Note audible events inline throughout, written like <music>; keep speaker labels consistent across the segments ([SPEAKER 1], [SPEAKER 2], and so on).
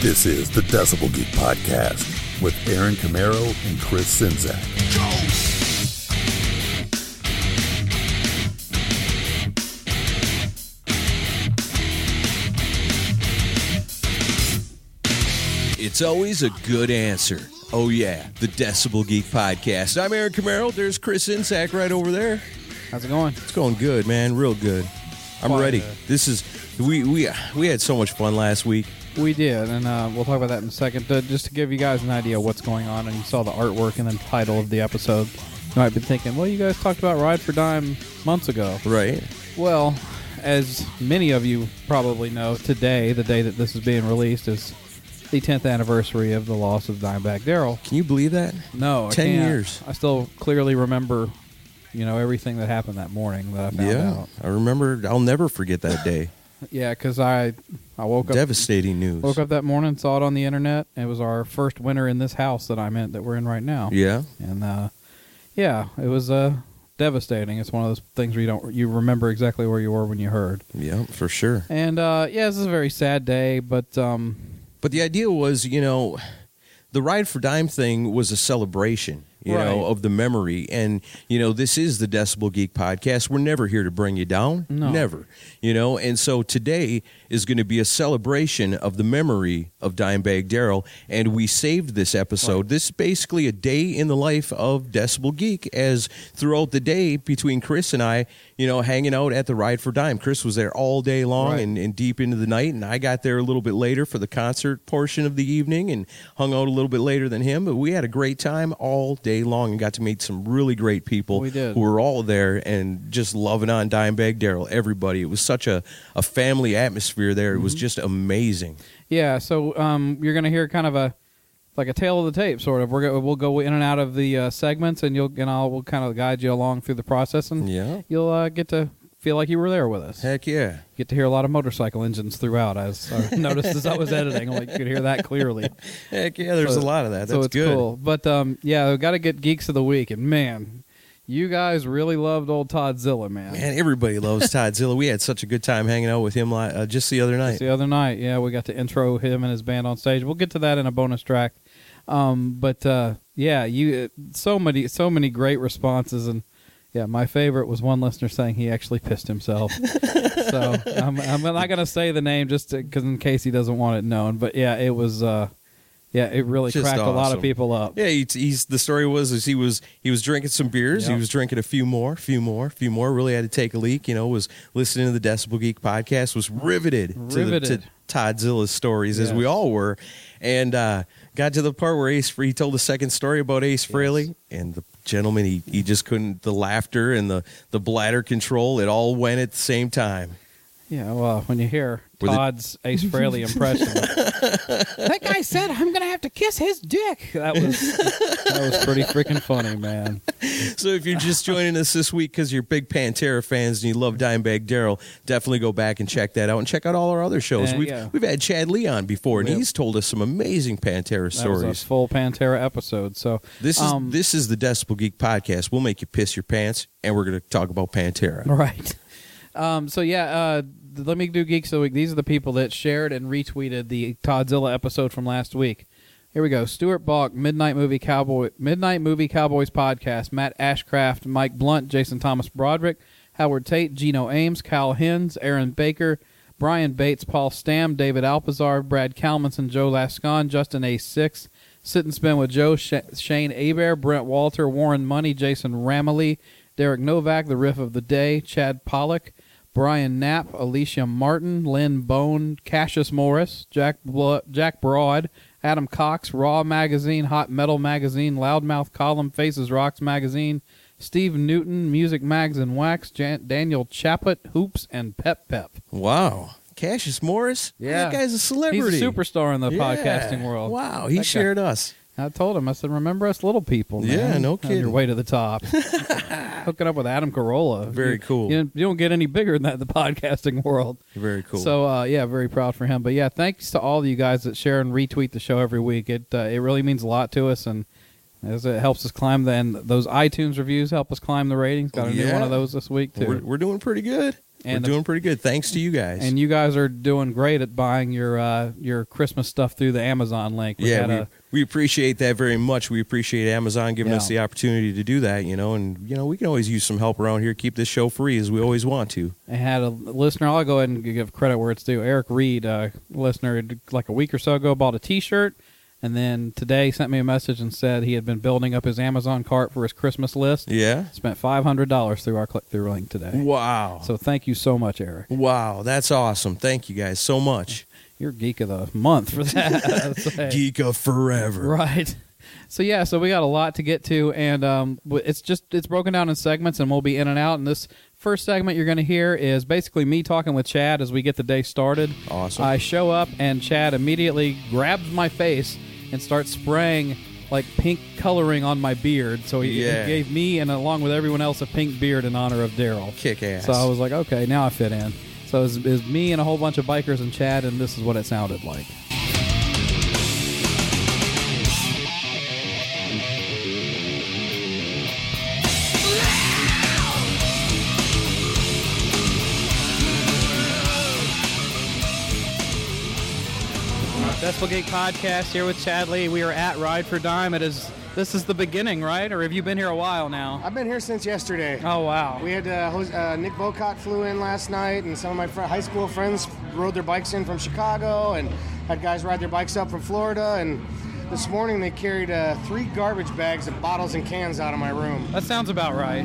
[SPEAKER 1] This is the Decibel Geek Podcast with Aaron Camero and Chris Sinzak.
[SPEAKER 2] It's always a good answer. Oh yeah, the Decibel Geek Podcast. I'm Aaron Camaro. There's Chris Insack right over there.
[SPEAKER 3] How's it going?
[SPEAKER 2] It's going good, man. Real good. I'm
[SPEAKER 3] Fun,
[SPEAKER 2] ready.
[SPEAKER 3] uh,
[SPEAKER 2] This is we we we had so much fun last week.
[SPEAKER 3] We did, and uh, we'll talk about that in a second. Uh, just to give you guys an idea of what's going on, and you saw the artwork and the title of the episode, you might be thinking, well, you guys talked about Ride for Dime months ago.
[SPEAKER 2] Right.
[SPEAKER 3] Well, as many of you probably know, today, the day that this is being released, is the 10th anniversary of the loss of Dimebag Daryl.
[SPEAKER 2] Can you believe that?
[SPEAKER 3] No, I
[SPEAKER 2] 10
[SPEAKER 3] can't.
[SPEAKER 2] years.
[SPEAKER 3] I still clearly remember, you know, everything that happened that morning that I found
[SPEAKER 2] yeah.
[SPEAKER 3] out.
[SPEAKER 2] I remember I'll never forget that day.
[SPEAKER 3] Yeah, because I, I woke up
[SPEAKER 2] Devastating news.
[SPEAKER 3] Woke up that morning, saw it on the internet. and It was our first winter in this house that I'm in, that we're in right now.
[SPEAKER 2] Yeah.
[SPEAKER 3] And uh, yeah, it was uh, devastating. It's one of those things where you don't you remember exactly where you were when you heard.
[SPEAKER 2] Yeah, for sure.
[SPEAKER 3] And uh, yeah, this is a very sad day, but um,
[SPEAKER 2] But the idea was, you know, the Ride for Dime thing was a celebration, you
[SPEAKER 3] Right.
[SPEAKER 2] know, of the memory. And, you know, this is the Decibel Geek podcast. We're never here to bring you down.
[SPEAKER 3] No.
[SPEAKER 2] Never. You know, and so today is going to be a celebration of the memory of Dimebag Daryl. And we saved this episode. This is basically a day in the life of Decibel Geek, as throughout the day between Chris and I, you know, hanging out at the Ride for Dime. Chris was there all day long
[SPEAKER 3] Right.
[SPEAKER 2] and and deep into the night. And I got there a little bit later for the concert portion of the evening and hung out a little bit later than him. But we had a great time all day long and got to meet some really great people
[SPEAKER 3] We did.
[SPEAKER 2] who were all there and just loving on Dimebag Daryl, everybody. It was such a, a family atmosphere there. It was
[SPEAKER 3] Mm-hmm.
[SPEAKER 2] just amazing.
[SPEAKER 3] yeah. So um, you're gonna hear kind of a like a tale of the tape, sort of. We're go, we'll go in and out of the uh, segments, and you'll and I'll we'll kind of guide you along through the process, and
[SPEAKER 2] Yeah.
[SPEAKER 3] you'll uh, get to feel like you were there with us.
[SPEAKER 2] Heck yeah.
[SPEAKER 3] get to hear a lot of motorcycle engines throughout. As uh, <laughs>
[SPEAKER 2] <laughs>
[SPEAKER 3] I noticed as I was editing, like you could hear that clearly.
[SPEAKER 2] Heck yeah. There's
[SPEAKER 3] So-
[SPEAKER 2] a lot of that. That's
[SPEAKER 3] so it's
[SPEAKER 2] good.
[SPEAKER 3] cool. But um, yeah, we got to get geeks of the week, and man, you guys really loved old Toddzilla, man.
[SPEAKER 2] Man, everybody loves Toddzilla. We had such a good time hanging out with him li- uh, just the other night.
[SPEAKER 3] Just the other night, yeah, we got to intro him and his band on stage. We'll get to that in a bonus track. Um, but uh, yeah, you uh, so many so many great responses and. Yeah, my favorite was one listener saying he actually pissed
[SPEAKER 2] <laughs>
[SPEAKER 3] himself. so I'm, I'm not gonna say the name just because in case he doesn't want it known. But yeah, it was. Uh, yeah, it really
[SPEAKER 2] Just
[SPEAKER 3] cracked a lot
[SPEAKER 2] awesome.
[SPEAKER 3] of people up.
[SPEAKER 2] Yeah, he, he's the story was is he was he was drinking some beers. He
[SPEAKER 3] Yep.
[SPEAKER 2] was drinking a few more, few more, few more. Really had to take a leak. You know, was listening to the Decibel Geek podcast. Was riveted, to, the,
[SPEAKER 3] Riveted.
[SPEAKER 2] to Toddzilla's stories as
[SPEAKER 3] Yes.
[SPEAKER 2] we all were, and uh, got to the part where Ace he told the second story about Ace Frehley and the gentleman. He, he just couldn't the laughter and the the bladder control. It all went at the same time.
[SPEAKER 3] Yeah, well, when you hear
[SPEAKER 2] With it-
[SPEAKER 3] Todd's Ace Frehley
[SPEAKER 2] <laughs>
[SPEAKER 3] impression, that guy said, "I'm gonna have to kiss his dick." That was that was pretty freaking funny, man.
[SPEAKER 2] So if you're just joining us this week because you're big Pantera fans and you love Dimebag Daryl, definitely go back and check that out and check out all our other shows.
[SPEAKER 3] Uh,
[SPEAKER 2] we've
[SPEAKER 3] yeah.
[SPEAKER 2] we've had Chad Lee on before, and
[SPEAKER 3] Yep.
[SPEAKER 2] he's told us some amazing Pantera
[SPEAKER 3] That was
[SPEAKER 2] stories.
[SPEAKER 3] a full Pantera episode. So
[SPEAKER 2] this is
[SPEAKER 3] um,
[SPEAKER 2] this is the Decibel Geek podcast. We'll make you piss your pants, and we're going to talk about
[SPEAKER 3] <laughs>
[SPEAKER 2] Pantera.
[SPEAKER 3] right. Um, so yeah, uh, th- let me do geeks of the week. These are the people that shared and retweeted the Toddzilla episode from last week. Here we go: Stuart Balk, Midnight Movie Cowboy, Midnight Movie Cowboys podcast. Matt Ashcraft, Mike Blunt, Jason Thomas Broderick, Howard Tate, Gino Ames, Kyle Hins, Aaron Baker, Brian Bates, Paul Stam, David Alpazar, Brad Kalmanson, Joe Lascon, Justin A. Six, Sit and Spin with Joe, Sh- Shane Aber, Brent Walter, Warren Money, Jason Ramilly, Derek Novak, The Riff of the Day, Chad Pollock, Brian Knapp, Alicia Martin, Lynn Bone, Cassius Morris, Jack, Blo- Jack Broad, Adam Cox, Raw Magazine, Hot Metal Magazine, Loudmouth Column, Faces Rocks Magazine, Steve Newton, Music Mags and Wax, Jan- Daniel Chaput, Hoops, and Pep Pep.
[SPEAKER 2] Wow, Cassius Morris,
[SPEAKER 3] Yeah.
[SPEAKER 2] that guy's a celebrity.
[SPEAKER 3] He's a superstar in the
[SPEAKER 2] Yeah.
[SPEAKER 3] podcasting world.
[SPEAKER 2] Wow, he
[SPEAKER 3] That guy-
[SPEAKER 2] shared us.
[SPEAKER 3] I told him, I said, remember us little people. Man.
[SPEAKER 2] Yeah, no
[SPEAKER 3] On your
[SPEAKER 2] kidding.
[SPEAKER 3] way to the
[SPEAKER 2] <laughs>
[SPEAKER 3] top. Hooking up with Adam Carolla.
[SPEAKER 2] Very
[SPEAKER 3] You-
[SPEAKER 2] cool.
[SPEAKER 3] You, you don't get any bigger than that in the <laughs> podcasting world.
[SPEAKER 2] Very cool.
[SPEAKER 3] So, uh, yeah, very proud for him. But, yeah, thanks to all of you guys that share and retweet the show every week. It uh, it really means a lot to us, and as it helps us climb the, and those iTunes reviews help us climb the ratings. Got a new
[SPEAKER 2] Yeah.
[SPEAKER 3] one of those this week, too.
[SPEAKER 2] we're, we're doing pretty good. We're
[SPEAKER 3] And the-
[SPEAKER 2] doing pretty good. Thanks to you guys.
[SPEAKER 3] and you guys are doing great at buying your uh, your Christmas stuff through the Amazon link. We
[SPEAKER 2] yeah,
[SPEAKER 3] had
[SPEAKER 2] we,
[SPEAKER 3] a-
[SPEAKER 2] we appreciate that very much. We appreciate Amazon giving us
[SPEAKER 3] Yeah.
[SPEAKER 2] the opportunity to do that, you know, and you know we can always use some help around here. Keep this show free as we always want
[SPEAKER 3] <laughs>
[SPEAKER 2] to.
[SPEAKER 3] I had a listener. I'll go ahead and give credit where it's due. Eric Reed, uh, listener, like a week or so ago, bought a T-shirt, and then today sent me a message and said he had been building up his Amazon cart for his Christmas list.
[SPEAKER 2] Yeah.
[SPEAKER 3] Spent five hundred dollars through our click-through link today.
[SPEAKER 2] Wow.
[SPEAKER 3] So thank you so much, Eric.
[SPEAKER 2] wow, that's awesome. Thank you guys so much.
[SPEAKER 3] You're geek of the month for that.
[SPEAKER 2] <laughs>
[SPEAKER 3] I'd say.
[SPEAKER 2] Geek of forever.
[SPEAKER 3] Right. So yeah, so we got a lot to get to, and um, w- it's just it's broken down in segments, and we'll be in and out. And this first segment you're going to hear is basically me talking with Chad as we get the day started.
[SPEAKER 2] Awesome.
[SPEAKER 3] I show up, and Chad immediately grabs my face and starts spraying like pink coloring on my beard. So he, he
[SPEAKER 2] Yeah.
[SPEAKER 3] gave me and along with everyone else a pink beard in honor of Daryl.
[SPEAKER 2] Kick ass.
[SPEAKER 3] So I was like, okay, now I fit in. So it's it was me and a whole bunch of bikers and Chad, and this is what it sounded like. Festival Gate Podcast here with Chad Lee. We are at Ride for Dime. It is this is the beginning, right? Or have you been here a while now?
[SPEAKER 4] I've been here since yesterday.
[SPEAKER 3] Oh wow.
[SPEAKER 4] We had uh, Jose- uh, Nick Bocott flew in last night, and some of my fr- high school friends rode their bikes in from Chicago, and had guys ride their bikes up from Florida. And this morning they carried uh, three garbage bags of bottles and cans out of my room.
[SPEAKER 3] That sounds about right.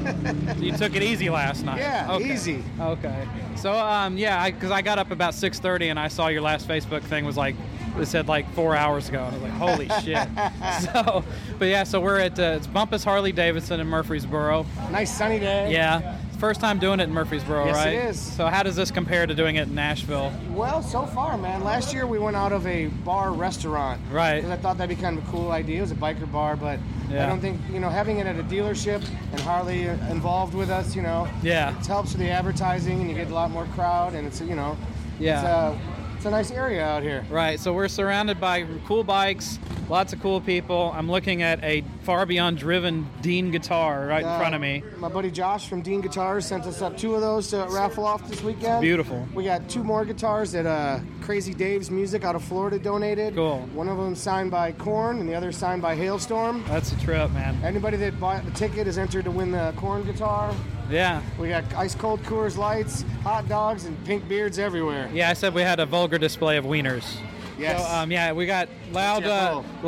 [SPEAKER 4] <laughs>
[SPEAKER 3] you took it easy last night.
[SPEAKER 4] Yeah, easy.
[SPEAKER 3] Okay. So um, yeah, because I, got up about 6:30 and I saw your last Facebook thing was like it said like four hours ago. And I was like,
[SPEAKER 4] <laughs>
[SPEAKER 3] holy shit. So, but yeah, so we're at uh, it's Bumpus Harley Davidson in Murfreesboro.
[SPEAKER 4] Nice sunny day.
[SPEAKER 3] Yeah. First time doing it in Murfreesboro,
[SPEAKER 4] Yes, it
[SPEAKER 3] right?
[SPEAKER 4] is.
[SPEAKER 3] So how does this compare to doing it in Nashville?
[SPEAKER 4] Well, so far, man. Last year we went out of a bar restaurant.
[SPEAKER 3] Right.
[SPEAKER 4] Because I thought that'd be kind of a cool idea. It was a biker bar, but
[SPEAKER 3] Yeah.
[SPEAKER 4] I don't think you know having it at a dealership and Harley involved with us, you know.
[SPEAKER 3] Yeah.
[SPEAKER 4] It helps with the advertising, and you get a lot more crowd, and it's you know.
[SPEAKER 3] Yeah.
[SPEAKER 4] It's a, it's a nice area out here.
[SPEAKER 3] Right, so we're surrounded by cool bikes, lots of cool people. I'm looking at a far beyond driven Dean guitar right in
[SPEAKER 4] Uh,
[SPEAKER 3] front of me.
[SPEAKER 4] My buddy Josh from Dean Guitars sent us up two of those to raffle off this weekend.
[SPEAKER 3] beautiful.
[SPEAKER 4] We got two more guitars that uh, Crazy Dave's Music out of Florida donated.
[SPEAKER 3] Cool.
[SPEAKER 4] One of them signed by Korn, and the other signed by Hailstorm.
[SPEAKER 3] That's a trip, man.
[SPEAKER 4] Anybody that bought the ticket is entered to win the corn guitar.
[SPEAKER 3] Yeah.
[SPEAKER 4] We got ice cold Coors lights, hot dogs, and pink beards everywhere.
[SPEAKER 3] Yeah, I said we had a vulgar display of wieners.
[SPEAKER 4] Yes.
[SPEAKER 3] So, um, yeah, we got loud, uh,
[SPEAKER 4] Jell-O.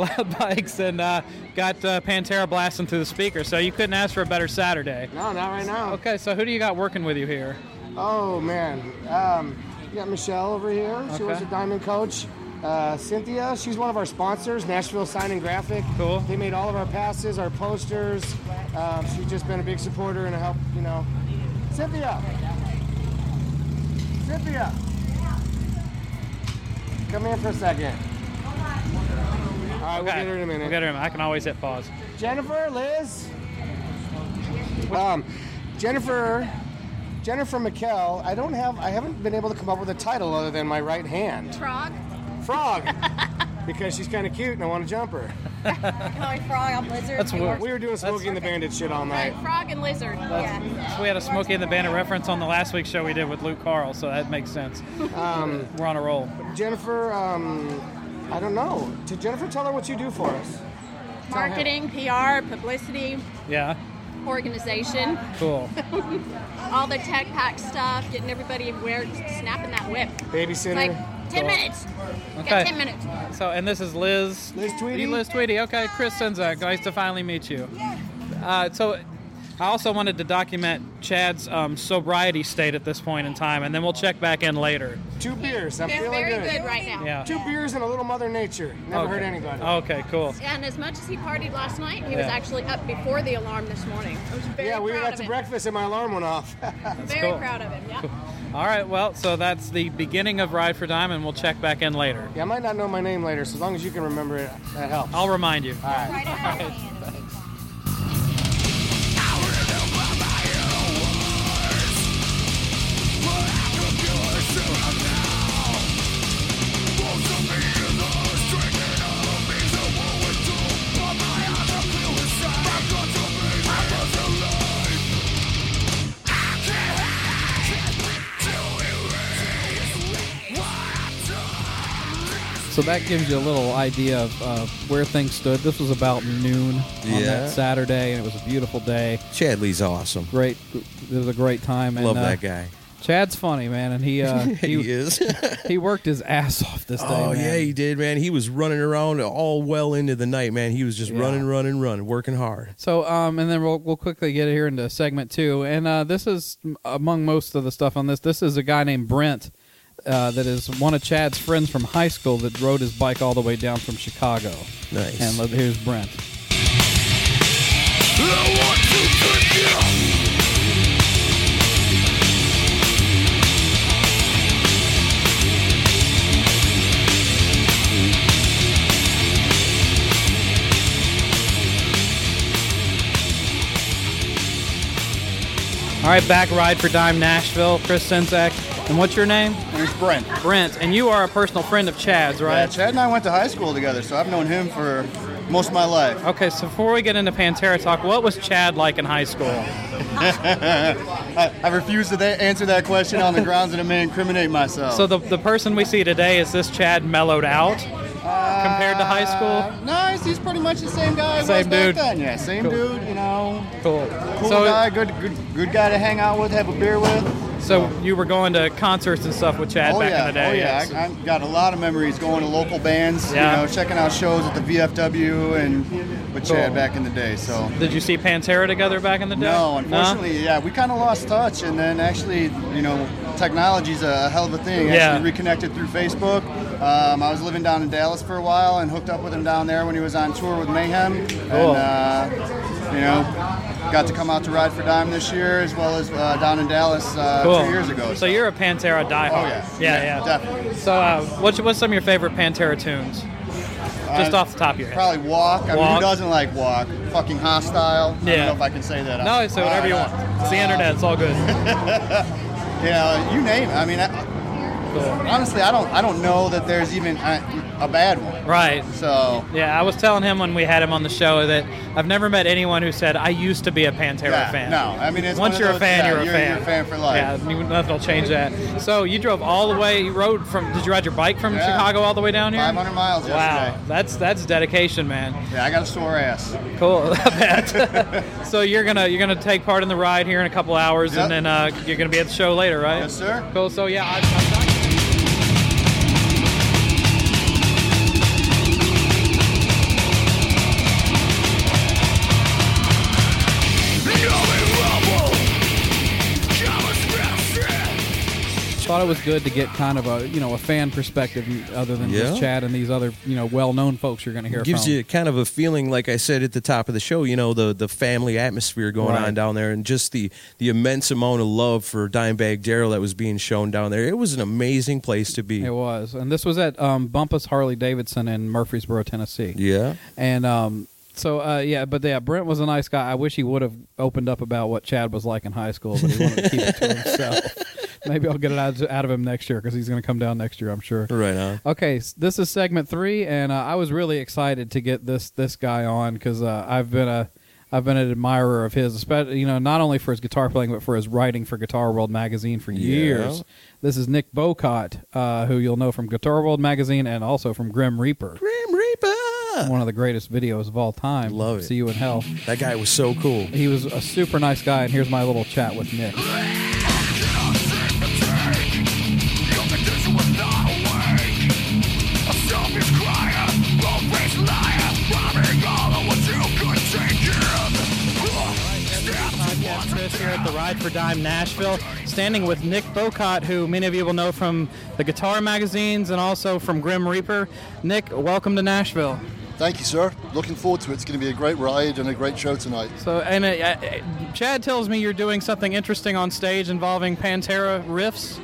[SPEAKER 3] <laughs> loud bikes and uh, got uh, Pantera blasting through the speaker. So you couldn't ask for a better Saturday.
[SPEAKER 4] no, not right now.
[SPEAKER 3] Okay, so who do you got working with you here?
[SPEAKER 4] Oh man. Um, you got Michelle over here. She was
[SPEAKER 3] Okay.
[SPEAKER 4] a diamond coach. Uh, Cynthia, she's one of our sponsors, Nashville Sign and Graphic.
[SPEAKER 3] Cool.
[SPEAKER 4] They made all of our passes, our posters. Um, she's just been a big supporter and a help, you know. Cynthia. Cynthia. Come in for a second. All right, we'll
[SPEAKER 3] Okay,
[SPEAKER 4] get her in a minute.
[SPEAKER 3] We'll get her in a minute. I can always hit pause.
[SPEAKER 4] Jennifer, Liz. Um, Jennifer, Jennifer McKell. I don't have. I haven't been able to come up with a title other than my right hand
[SPEAKER 5] Frog?
[SPEAKER 4] frog, <laughs> because she's kind of cute and I want to jump her.
[SPEAKER 5] Call me frog, I'm lizard.
[SPEAKER 3] That's
[SPEAKER 5] It
[SPEAKER 3] weird.
[SPEAKER 5] works.
[SPEAKER 4] We were doing Smokey and the
[SPEAKER 5] okay.
[SPEAKER 4] Bandit shit all night.
[SPEAKER 5] Right, frog and lizard. yeah.
[SPEAKER 3] So we had a Smokey and the Bandit reference on the last week's show we did with Luke Carl, so that makes sense. We're on a roll.
[SPEAKER 4] Um, Jennifer, um, I don't know. To Jennifer, tell her what you do for us.
[SPEAKER 5] Marketing, PR, publicity,
[SPEAKER 3] Yeah,
[SPEAKER 5] organization, <laughs>
[SPEAKER 3] cool.
[SPEAKER 5] all the tech pack stuff, getting everybody aware, snapping that whip.
[SPEAKER 4] Babysitter.
[SPEAKER 5] Like 10 minutes.
[SPEAKER 3] Okay.
[SPEAKER 5] Got 10 minutes.
[SPEAKER 3] So, and this is Liz.
[SPEAKER 4] Liz Tweedy.
[SPEAKER 3] You Liz Tweedy. Okay, Chris Senzak. Nice to finally meet you. Uh, so, I also wanted to document Chad's um, sobriety state at this point in time, and then we'll check back in later.
[SPEAKER 4] Two beers. I'm
[SPEAKER 5] They're
[SPEAKER 4] feeling
[SPEAKER 5] very
[SPEAKER 4] good.
[SPEAKER 5] good right now.
[SPEAKER 3] Yeah.
[SPEAKER 4] Two beers and a little Mother Nature.
[SPEAKER 3] okay.
[SPEAKER 4] Never
[SPEAKER 3] Oh.
[SPEAKER 4] hurt anybody.
[SPEAKER 3] Okay, cool.
[SPEAKER 5] And as much as he partied last night, he was
[SPEAKER 3] Yeah.
[SPEAKER 5] actually up before the alarm this morning. I was very
[SPEAKER 4] yeah, we were
[SPEAKER 5] proud
[SPEAKER 4] out
[SPEAKER 5] of
[SPEAKER 4] to
[SPEAKER 5] him.
[SPEAKER 4] breakfast and my alarm went off. <laughs>
[SPEAKER 5] Very
[SPEAKER 3] cool.
[SPEAKER 5] proud of him, yeah.
[SPEAKER 3] All right, well, so that's the beginning of Ride for Diamond. We'll check back in later.
[SPEAKER 4] yeah, I might not know my name later, so as long as you can remember it, that helps.
[SPEAKER 3] I'll remind you. So that gives you a little idea of uh, where things stood. This was about noon on
[SPEAKER 2] Yeah.
[SPEAKER 3] that Saturday, and it was a beautiful day.
[SPEAKER 2] Chadley's awesome.
[SPEAKER 3] Great, it was a great time. And,
[SPEAKER 2] Love
[SPEAKER 3] uh,
[SPEAKER 2] that guy.
[SPEAKER 3] Chad's funny man, and he uh,
[SPEAKER 2] <laughs> He,
[SPEAKER 3] he, he,
[SPEAKER 2] is.
[SPEAKER 3] worked his ass off this day.
[SPEAKER 2] oh
[SPEAKER 3] man.
[SPEAKER 2] yeah, he did, man. He was running around all well into the night, man. He was just
[SPEAKER 3] Yeah.
[SPEAKER 2] running, running, running, working hard.
[SPEAKER 3] So, um, and then we'll we'll quickly get here into segment two, and uh, this is m- among most of the stuff on this. This is a guy named Brent, uh, that is one of Chad's friends from high school that rode his bike all the way down from Chicago.
[SPEAKER 2] Nice.
[SPEAKER 3] And look, here's Brent. All right, back ride for Dime Nashville, Chris Sensak, and what's your name?
[SPEAKER 6] And it's Brent.
[SPEAKER 3] Brent, and you are a personal friend of Chad's,
[SPEAKER 6] Yeah,
[SPEAKER 3] right?
[SPEAKER 6] Chad and I went to high school together, so I've known him for most of my life.
[SPEAKER 3] Okay, so before we get into Pantera talk, what was Chad like in high school?
[SPEAKER 6] <laughs> I, I refuse to tha- answer that question on the grounds that it may incriminate myself.
[SPEAKER 3] So the, the person we see today is this Chad mellowed out
[SPEAKER 6] Uh,
[SPEAKER 3] compared to high school.
[SPEAKER 6] no, he's, he's pretty much the same guy. he
[SPEAKER 3] Same
[SPEAKER 6] was back
[SPEAKER 3] dude.
[SPEAKER 6] Then. Yeah, same
[SPEAKER 3] Cool.
[SPEAKER 6] dude. You know,
[SPEAKER 3] Cool.
[SPEAKER 6] cool
[SPEAKER 3] so
[SPEAKER 6] guy, good, good, good guy to hang out with, have a beer with.
[SPEAKER 3] so you were going to concerts and stuff with Chad
[SPEAKER 6] oh,
[SPEAKER 3] back
[SPEAKER 6] yeah.
[SPEAKER 3] in the day.
[SPEAKER 6] Oh, yeah.
[SPEAKER 3] yes.
[SPEAKER 6] I, I've got a lot of memories going to local bands,
[SPEAKER 3] Yeah.
[SPEAKER 6] you know, checking out shows at the VFW and with Chad
[SPEAKER 3] Cool.
[SPEAKER 6] back in the day. So,
[SPEAKER 3] Did you see Pantera together back in the day?
[SPEAKER 6] no, unfortunately, yeah, we kind of lost touch. And then actually, you know, technology's a hell of a thing.
[SPEAKER 3] Yeah.
[SPEAKER 6] Actually reconnected through Facebook. Um, I was living down in Dallas for a while and hooked up with him down there when he was on tour with Mayhem.
[SPEAKER 3] Cool.
[SPEAKER 6] And, uh, you know, got to come out to Ride for Dime this year as well as uh, down in Dallas uh,
[SPEAKER 3] Cool.
[SPEAKER 6] two years ago.
[SPEAKER 7] So you're a Pantera diehard.
[SPEAKER 6] Oh, yeah.
[SPEAKER 7] Yeah, yeah.
[SPEAKER 6] Definitely.
[SPEAKER 7] So uh, what's, what's some of your favorite Pantera tunes? Just
[SPEAKER 6] Uh,
[SPEAKER 7] off the top of your head.
[SPEAKER 6] Probably walk. I mean,
[SPEAKER 7] Walk.
[SPEAKER 6] who doesn't like walk? Fucking hostile. I
[SPEAKER 7] Yeah.
[SPEAKER 6] don't know if I can say that.
[SPEAKER 7] No, say whatever you want. It's the internet. It's all good.
[SPEAKER 6] <laughs> Yeah, you name it. I mean, I,
[SPEAKER 7] Cool.
[SPEAKER 6] honestly, I don't. I don't know that there's even a, a bad one.
[SPEAKER 7] Right.
[SPEAKER 6] So
[SPEAKER 7] Yeah, I was telling him when we had him on the show that I've never met anyone who said I used to be a Pantera
[SPEAKER 6] yeah,
[SPEAKER 7] fan.
[SPEAKER 6] no. I mean, it's one
[SPEAKER 7] Once
[SPEAKER 6] of
[SPEAKER 7] you're a
[SPEAKER 6] those-
[SPEAKER 7] fan,
[SPEAKER 6] yeah,
[SPEAKER 7] you're a fan.
[SPEAKER 6] You're a fan for life.
[SPEAKER 7] Yeah, you- nothing will change that. So you drove all the way. You rode from. Did you ride your bike from
[SPEAKER 6] Yeah.
[SPEAKER 7] Chicago all the way down here?
[SPEAKER 6] 500 miles
[SPEAKER 7] Wow,
[SPEAKER 6] yesterday.
[SPEAKER 7] that's that's dedication, man.
[SPEAKER 6] Yeah, I got a sore ass.
[SPEAKER 7] Cool, <laughs> I bet. <laughs> so you're gonna you're gonna take part in the ride here in a couple hours,
[SPEAKER 6] Yep.
[SPEAKER 7] and then uh, you're gonna be at the show later, right?
[SPEAKER 6] Yes, sir.
[SPEAKER 7] Cool. So yeah, I, I'm not-
[SPEAKER 3] Thought it was good to get kind of a you know a fan perspective other than
[SPEAKER 2] Yeah.
[SPEAKER 3] just Chad and these other you know well known folks you're going to hear
[SPEAKER 2] gives
[SPEAKER 3] from.
[SPEAKER 2] you kind of a feeling like i said at the top of the show you know the the family atmosphere going
[SPEAKER 3] Right.
[SPEAKER 2] on down there and just the the immense amount of love for dimebag daryl that was being shown down there it was an amazing place to be
[SPEAKER 3] it was, and this was at um, Bumpus Harley Davidson in Murfreesboro, Tennessee.
[SPEAKER 2] yeah
[SPEAKER 3] And um, so uh, yeah, but yeah, Brent was a nice guy. I wish he would have opened up about what Chad was like in high school, but he wanted to keep it to himself.
[SPEAKER 2] <laughs>
[SPEAKER 3] Maybe I'll get it out, out of him next year because he's going to come down next year, I'm sure.
[SPEAKER 2] right on
[SPEAKER 3] Okay, s- this is segment three, and uh, I was really excited to get this this guy on because uh, I've been a I've been an admirer of his, especially you know not only for his guitar playing but for his writing for Guitar World magazine for years.
[SPEAKER 2] Yeah.
[SPEAKER 3] This is Nick Bocott, uh, who you'll know from Guitar World magazine and also from Grim Reaper
[SPEAKER 2] grim reaper
[SPEAKER 3] one of the greatest videos of all time.
[SPEAKER 2] Love it.
[SPEAKER 3] See you in hell.
[SPEAKER 2] that guy was so cool
[SPEAKER 3] He was a super nice guy, and here's my little chat with Nick.
[SPEAKER 7] podcast, Chris, here at the Ride for Dime Nashville, standing with Nick Bocott, who many of you will know from the guitar magazines and also from Grim Reaper. Nick, welcome to Nashville.
[SPEAKER 8] Thank you, sir. Looking forward to it. It's going to be a great ride and a great show tonight.
[SPEAKER 7] So, and uh, uh, Chad tells me you're doing something interesting on stage involving Pantera riffs.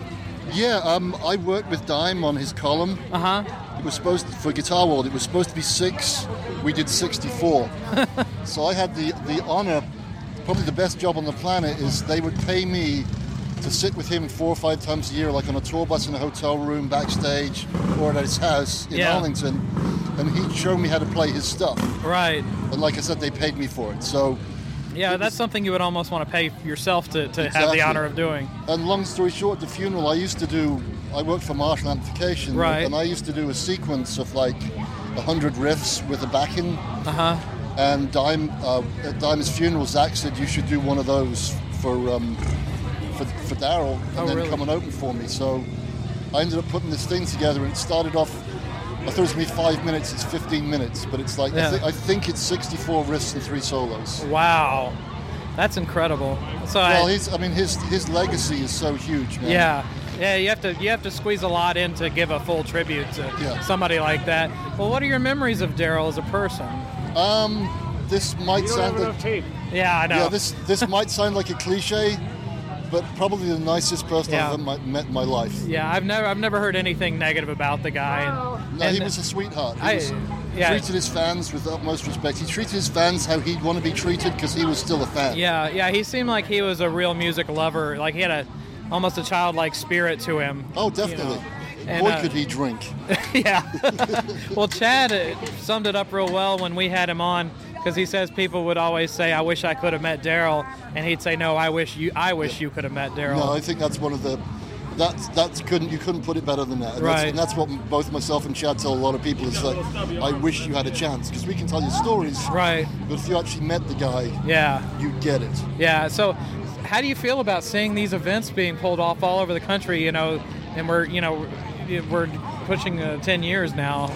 [SPEAKER 8] Yeah, um, I worked with Dime on his column.
[SPEAKER 7] Uh huh.
[SPEAKER 8] It was supposed for Guitar World. It was supposed to be six. We did sixty-four.
[SPEAKER 7] <laughs>
[SPEAKER 8] so I had the the honor. Probably the best job on the planet is they would pay me to sit with him four or five times a year, like on a tour bus in a hotel room, backstage, or at his house in
[SPEAKER 7] Yeah.
[SPEAKER 8] Arlington, and he'd show me how to play his stuff.
[SPEAKER 7] Right.
[SPEAKER 8] And like I said, they paid me for it. So
[SPEAKER 7] Yeah, that's something you would almost want to pay yourself to, to have
[SPEAKER 8] Exactly.
[SPEAKER 7] the honor of doing.
[SPEAKER 8] And long story short, the funeral I used to do, I worked for Marshall Amplification,
[SPEAKER 7] Right.
[SPEAKER 8] and I used to do a sequence of like hundred riffs with a backing.
[SPEAKER 7] Uh huh.
[SPEAKER 8] And Dime, uh, at Dime's funeral, Zach said you should do one of those for um, for, for Daryl, and
[SPEAKER 7] Oh,
[SPEAKER 8] then
[SPEAKER 7] really?
[SPEAKER 8] come and open for me. So I ended up putting this thing together, and it started off. I thought it was gonna be five minutes. It's 15 minutes, but it's like
[SPEAKER 7] Yeah.
[SPEAKER 8] I, thi- I think it's 64 riffs and three solos.
[SPEAKER 7] Wow, that's incredible. So I,
[SPEAKER 8] Well, his I mean his his legacy is so huge, man.
[SPEAKER 7] Yeah, yeah. You have to you have to squeeze a lot in to give a full tribute to
[SPEAKER 8] Yeah.
[SPEAKER 7] somebody like that. Well, what are your memories of Daryl as a person?
[SPEAKER 8] Um, this might sound like
[SPEAKER 4] tape.
[SPEAKER 7] Yeah, I know.
[SPEAKER 8] yeah, this this <laughs> might sound like a cliche, but probably the nicest person
[SPEAKER 7] Yeah.
[SPEAKER 8] I've ever mi- met in my life.
[SPEAKER 7] Yeah, I've never I've never heard anything negative about the guy. And,
[SPEAKER 8] No, he
[SPEAKER 7] and-
[SPEAKER 8] was a sweetheart. He
[SPEAKER 7] I-
[SPEAKER 8] was-
[SPEAKER 7] yeah.
[SPEAKER 8] treated his fans with the utmost respect. He treated his fans how he'd want to be treated because he was still a fan.
[SPEAKER 7] Yeah, yeah. He seemed like he was a real music lover. Like he had a almost a childlike spirit to him.
[SPEAKER 8] Oh, definitely.
[SPEAKER 7] And,
[SPEAKER 8] Boy,
[SPEAKER 7] uh,
[SPEAKER 8] could he drink.
[SPEAKER 7] yeah. well, Chad uh, summed it up real well when we had him on because he says people would always say, "I wish I could have met Daryl," and he'd say, "No, I wish you, I wish you could have met Daryl."
[SPEAKER 8] No, I think that's one of the. That's that's couldn't you couldn't put it better than that. And
[SPEAKER 7] Right.
[SPEAKER 8] That's, and that's what both myself and Chad tell a lot of people is that I wish you had a chance because we can tell you stories.
[SPEAKER 7] Right.
[SPEAKER 8] But if you actually met the guy,
[SPEAKER 7] Yeah.
[SPEAKER 8] you'd get it.
[SPEAKER 7] Yeah. So, how do you feel about seeing these events being pulled off all over the country? You know, and we're you know we're pushing uh, ten years now.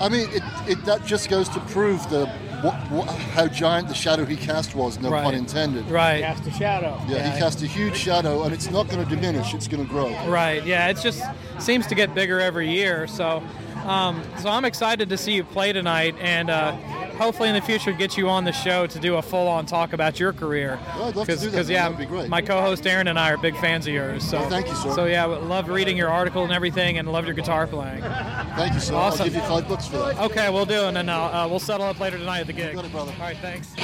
[SPEAKER 8] I mean, it, it that just goes to prove the what, what, how giant the shadow he cast was. No
[SPEAKER 7] Right.
[SPEAKER 8] pun intended.
[SPEAKER 7] Right.
[SPEAKER 4] Cast a shadow.
[SPEAKER 8] Yeah,
[SPEAKER 7] Yeah.
[SPEAKER 8] he cast a huge shadow, and it's not going to diminish. It's going to grow.
[SPEAKER 7] Right. Yeah. It's just seems to get bigger every year. So, um, so I'm excited to see you play tonight, and uh, hopefully in the future get you on the show to do a full-on talk about your career.
[SPEAKER 8] Well, I'd love to do that, man.
[SPEAKER 7] yeah,
[SPEAKER 8] That'd be great.
[SPEAKER 7] my co-host Aaron and I are big fans of yours. So
[SPEAKER 8] Well, thank you, sir.
[SPEAKER 7] So yeah, love reading your article and everything, and love your guitar playing.
[SPEAKER 8] Thank you, sir.
[SPEAKER 7] Awesome.
[SPEAKER 8] I'll give you five bucks for that.
[SPEAKER 7] Okay, we'll do, and then uh, uh, we'll settle up later tonight at the gig.
[SPEAKER 8] Got it, brother.
[SPEAKER 7] All right, thanks.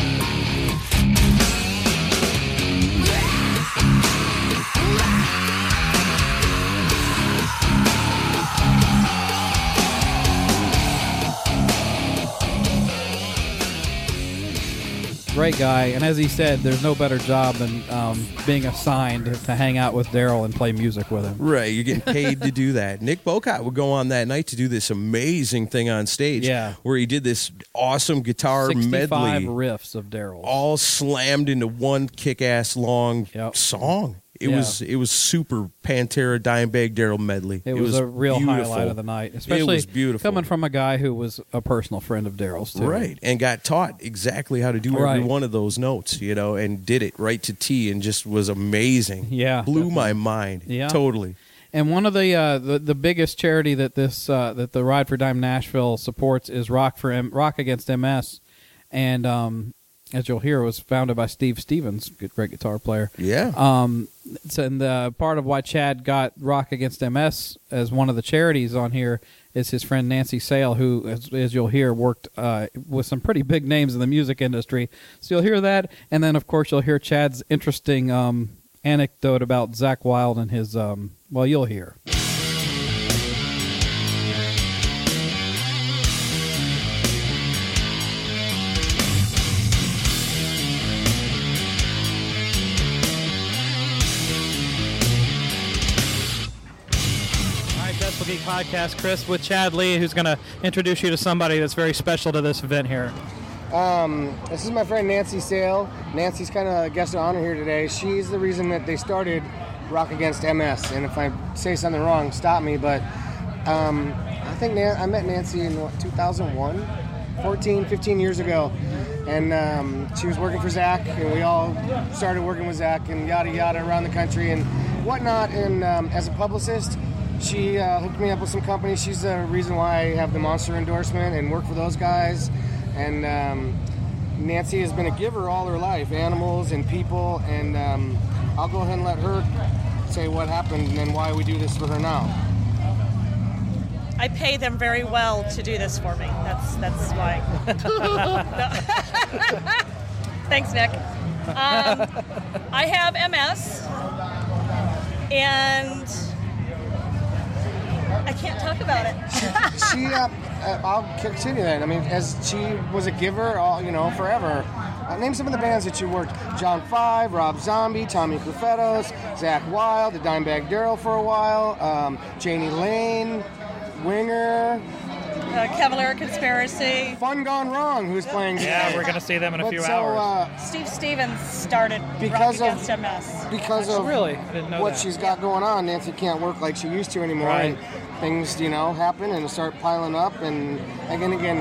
[SPEAKER 3] Great guy, and as he said, there's no better job than um, being assigned to hang out with Daryl and play music with him.
[SPEAKER 2] Right, you're getting paid
[SPEAKER 3] <laughs>
[SPEAKER 2] to do that. Nick Bocott would go on that night to do this amazing thing on stage,
[SPEAKER 3] Yeah.
[SPEAKER 2] where he did this awesome guitar
[SPEAKER 3] 65
[SPEAKER 2] medley,
[SPEAKER 3] riffs of Daryl.
[SPEAKER 2] all slammed into one kick-ass long
[SPEAKER 3] Yep.
[SPEAKER 2] song. It
[SPEAKER 3] Yeah.
[SPEAKER 2] was it was super Pantera Dimebag Daryl medley.
[SPEAKER 3] It, was, a real
[SPEAKER 2] beautiful.
[SPEAKER 3] highlight of the night, especially
[SPEAKER 2] was beautiful.
[SPEAKER 3] coming from a guy who was a personal friend of Daryl's. Too.
[SPEAKER 2] Right, and got taught exactly how to do
[SPEAKER 3] Right.
[SPEAKER 2] every one of those notes, you know, and did it right to T, and just was amazing.
[SPEAKER 3] Yeah.
[SPEAKER 2] blew my mind.
[SPEAKER 3] Yeah.
[SPEAKER 2] totally.
[SPEAKER 3] And one of the uh, the, the biggest charity that this uh, that the Ride for Dime Nashville supports is Rock for M- Rock Against MS, and um, as you'll hear, it was founded by Steve Stevens, good great guitar player.
[SPEAKER 2] Yeah,
[SPEAKER 3] Um, it's- and the part of why Chad got Rock Against MS as one of the charities on here is his friend Nancy Sale, who, as, as you'll hear, worked uh, with some pretty big names in the music industry. So you'll hear that, and then of course you'll hear Chad's interesting um, anecdote about Zach Wild and his. Um, well, you'll hear.
[SPEAKER 7] All right, Decibel Geek Podcast, Chris with Chad Lee, who's going to introduce you to somebody that's very special to this event here.
[SPEAKER 4] Um, This is my friend Nancy Sale. Nancy's kind of a guest of honor here today. She's the reason that they started Rock Against MS. And if I say something wrong, stop me. But um, I think Nan- I met Nancy in what, 2001, 14, 15 years ago. And um, she was working for Zach, and we all started working with Zach and yada yada around the country and whatnot. And um, as a publicist, she uh, hooked me up with some companies. She's the reason why I have the Monster endorsement and work for those guys. And um, Nancy has been a giver all her life, animals and people, and um, I'll go ahead and let her say what happened and why we do this for her now.
[SPEAKER 9] I pay them very well to do this for me. That's that's why. <laughs> Thanks, Nick. Um, I have MS, and I can't talk about
[SPEAKER 4] <laughs>
[SPEAKER 9] it.
[SPEAKER 4] She, uh, uh, I'll continue that. I mean, as she was a giver, all you know, forever. Uh, name some of the bands that you worked. John Five, Rob Zombie, Tommy Clufetos, Zach Wild, the Dimebag Daryl for a while, um, Janie Lane, Winger,
[SPEAKER 9] Uh, Cavalier Conspiracy.
[SPEAKER 4] Fun Gone Wrong, who's playing
[SPEAKER 10] Yeah,
[SPEAKER 4] today.
[SPEAKER 10] we're gonna see them in a
[SPEAKER 4] But
[SPEAKER 10] few
[SPEAKER 4] so,
[SPEAKER 10] hours.
[SPEAKER 4] Uh,
[SPEAKER 9] Steve Stevens started
[SPEAKER 4] Because
[SPEAKER 9] Rock
[SPEAKER 4] of-
[SPEAKER 9] Against MS.
[SPEAKER 4] because of
[SPEAKER 7] Really? I didn't know
[SPEAKER 4] what
[SPEAKER 7] that.
[SPEAKER 4] she's got going on. Nancy can't work like she used to anymore,
[SPEAKER 7] Right.
[SPEAKER 4] and things you know happen and start piling up. And again, again,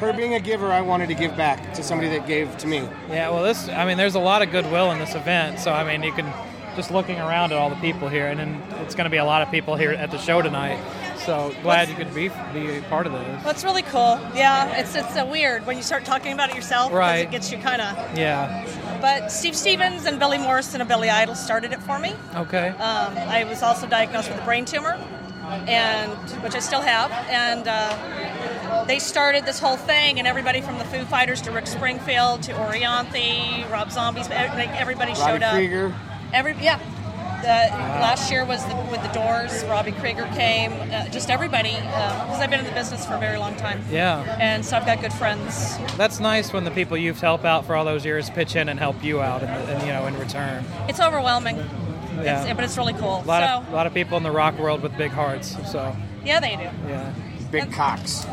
[SPEAKER 4] her being a giver, I wanted to give back to somebody that gave to me.
[SPEAKER 7] Yeah, well, this, I mean, there's a lot of goodwill in this event. So, I mean, you can just looking around at all the people here, and then it's going to be a lot of people here at the show tonight. So, glad you could be, be a part of this.
[SPEAKER 9] Well, it's really cool. Yeah, it's it's uh, weird when you start talking about it yourself. Because
[SPEAKER 7] Right.
[SPEAKER 9] it gets you kind of.
[SPEAKER 7] Yeah.
[SPEAKER 9] But Steve Stevens and Billy Morrison and Billy Idol started it for me.
[SPEAKER 7] Okay.
[SPEAKER 9] Um, I was also diagnosed with a brain tumor, and which I still have. And uh, they started this whole thing, and everybody from the Foo Fighters to Rick Springfield to Orianthe, Rob Zombies, ev- like everybody showed
[SPEAKER 4] Robbie
[SPEAKER 9] up.
[SPEAKER 4] Krieger,
[SPEAKER 9] Every yeah. The, Last year was the, with the Doors. Robbie Krieger came. Uh, just everybody, because I've been in the business for a very long time.
[SPEAKER 7] Yeah.
[SPEAKER 9] And so I've got good friends.
[SPEAKER 7] That's nice when the people you've helped out for all those years pitch in and help you out, and, and you know, in return.
[SPEAKER 9] It's overwhelming,
[SPEAKER 7] Yeah.
[SPEAKER 9] it's, but it's really cool.
[SPEAKER 7] a lot,
[SPEAKER 9] so
[SPEAKER 7] of, lot of people in the rock world with big hearts. So,
[SPEAKER 9] yeah, they do.
[SPEAKER 7] yeah.
[SPEAKER 4] Big Cox.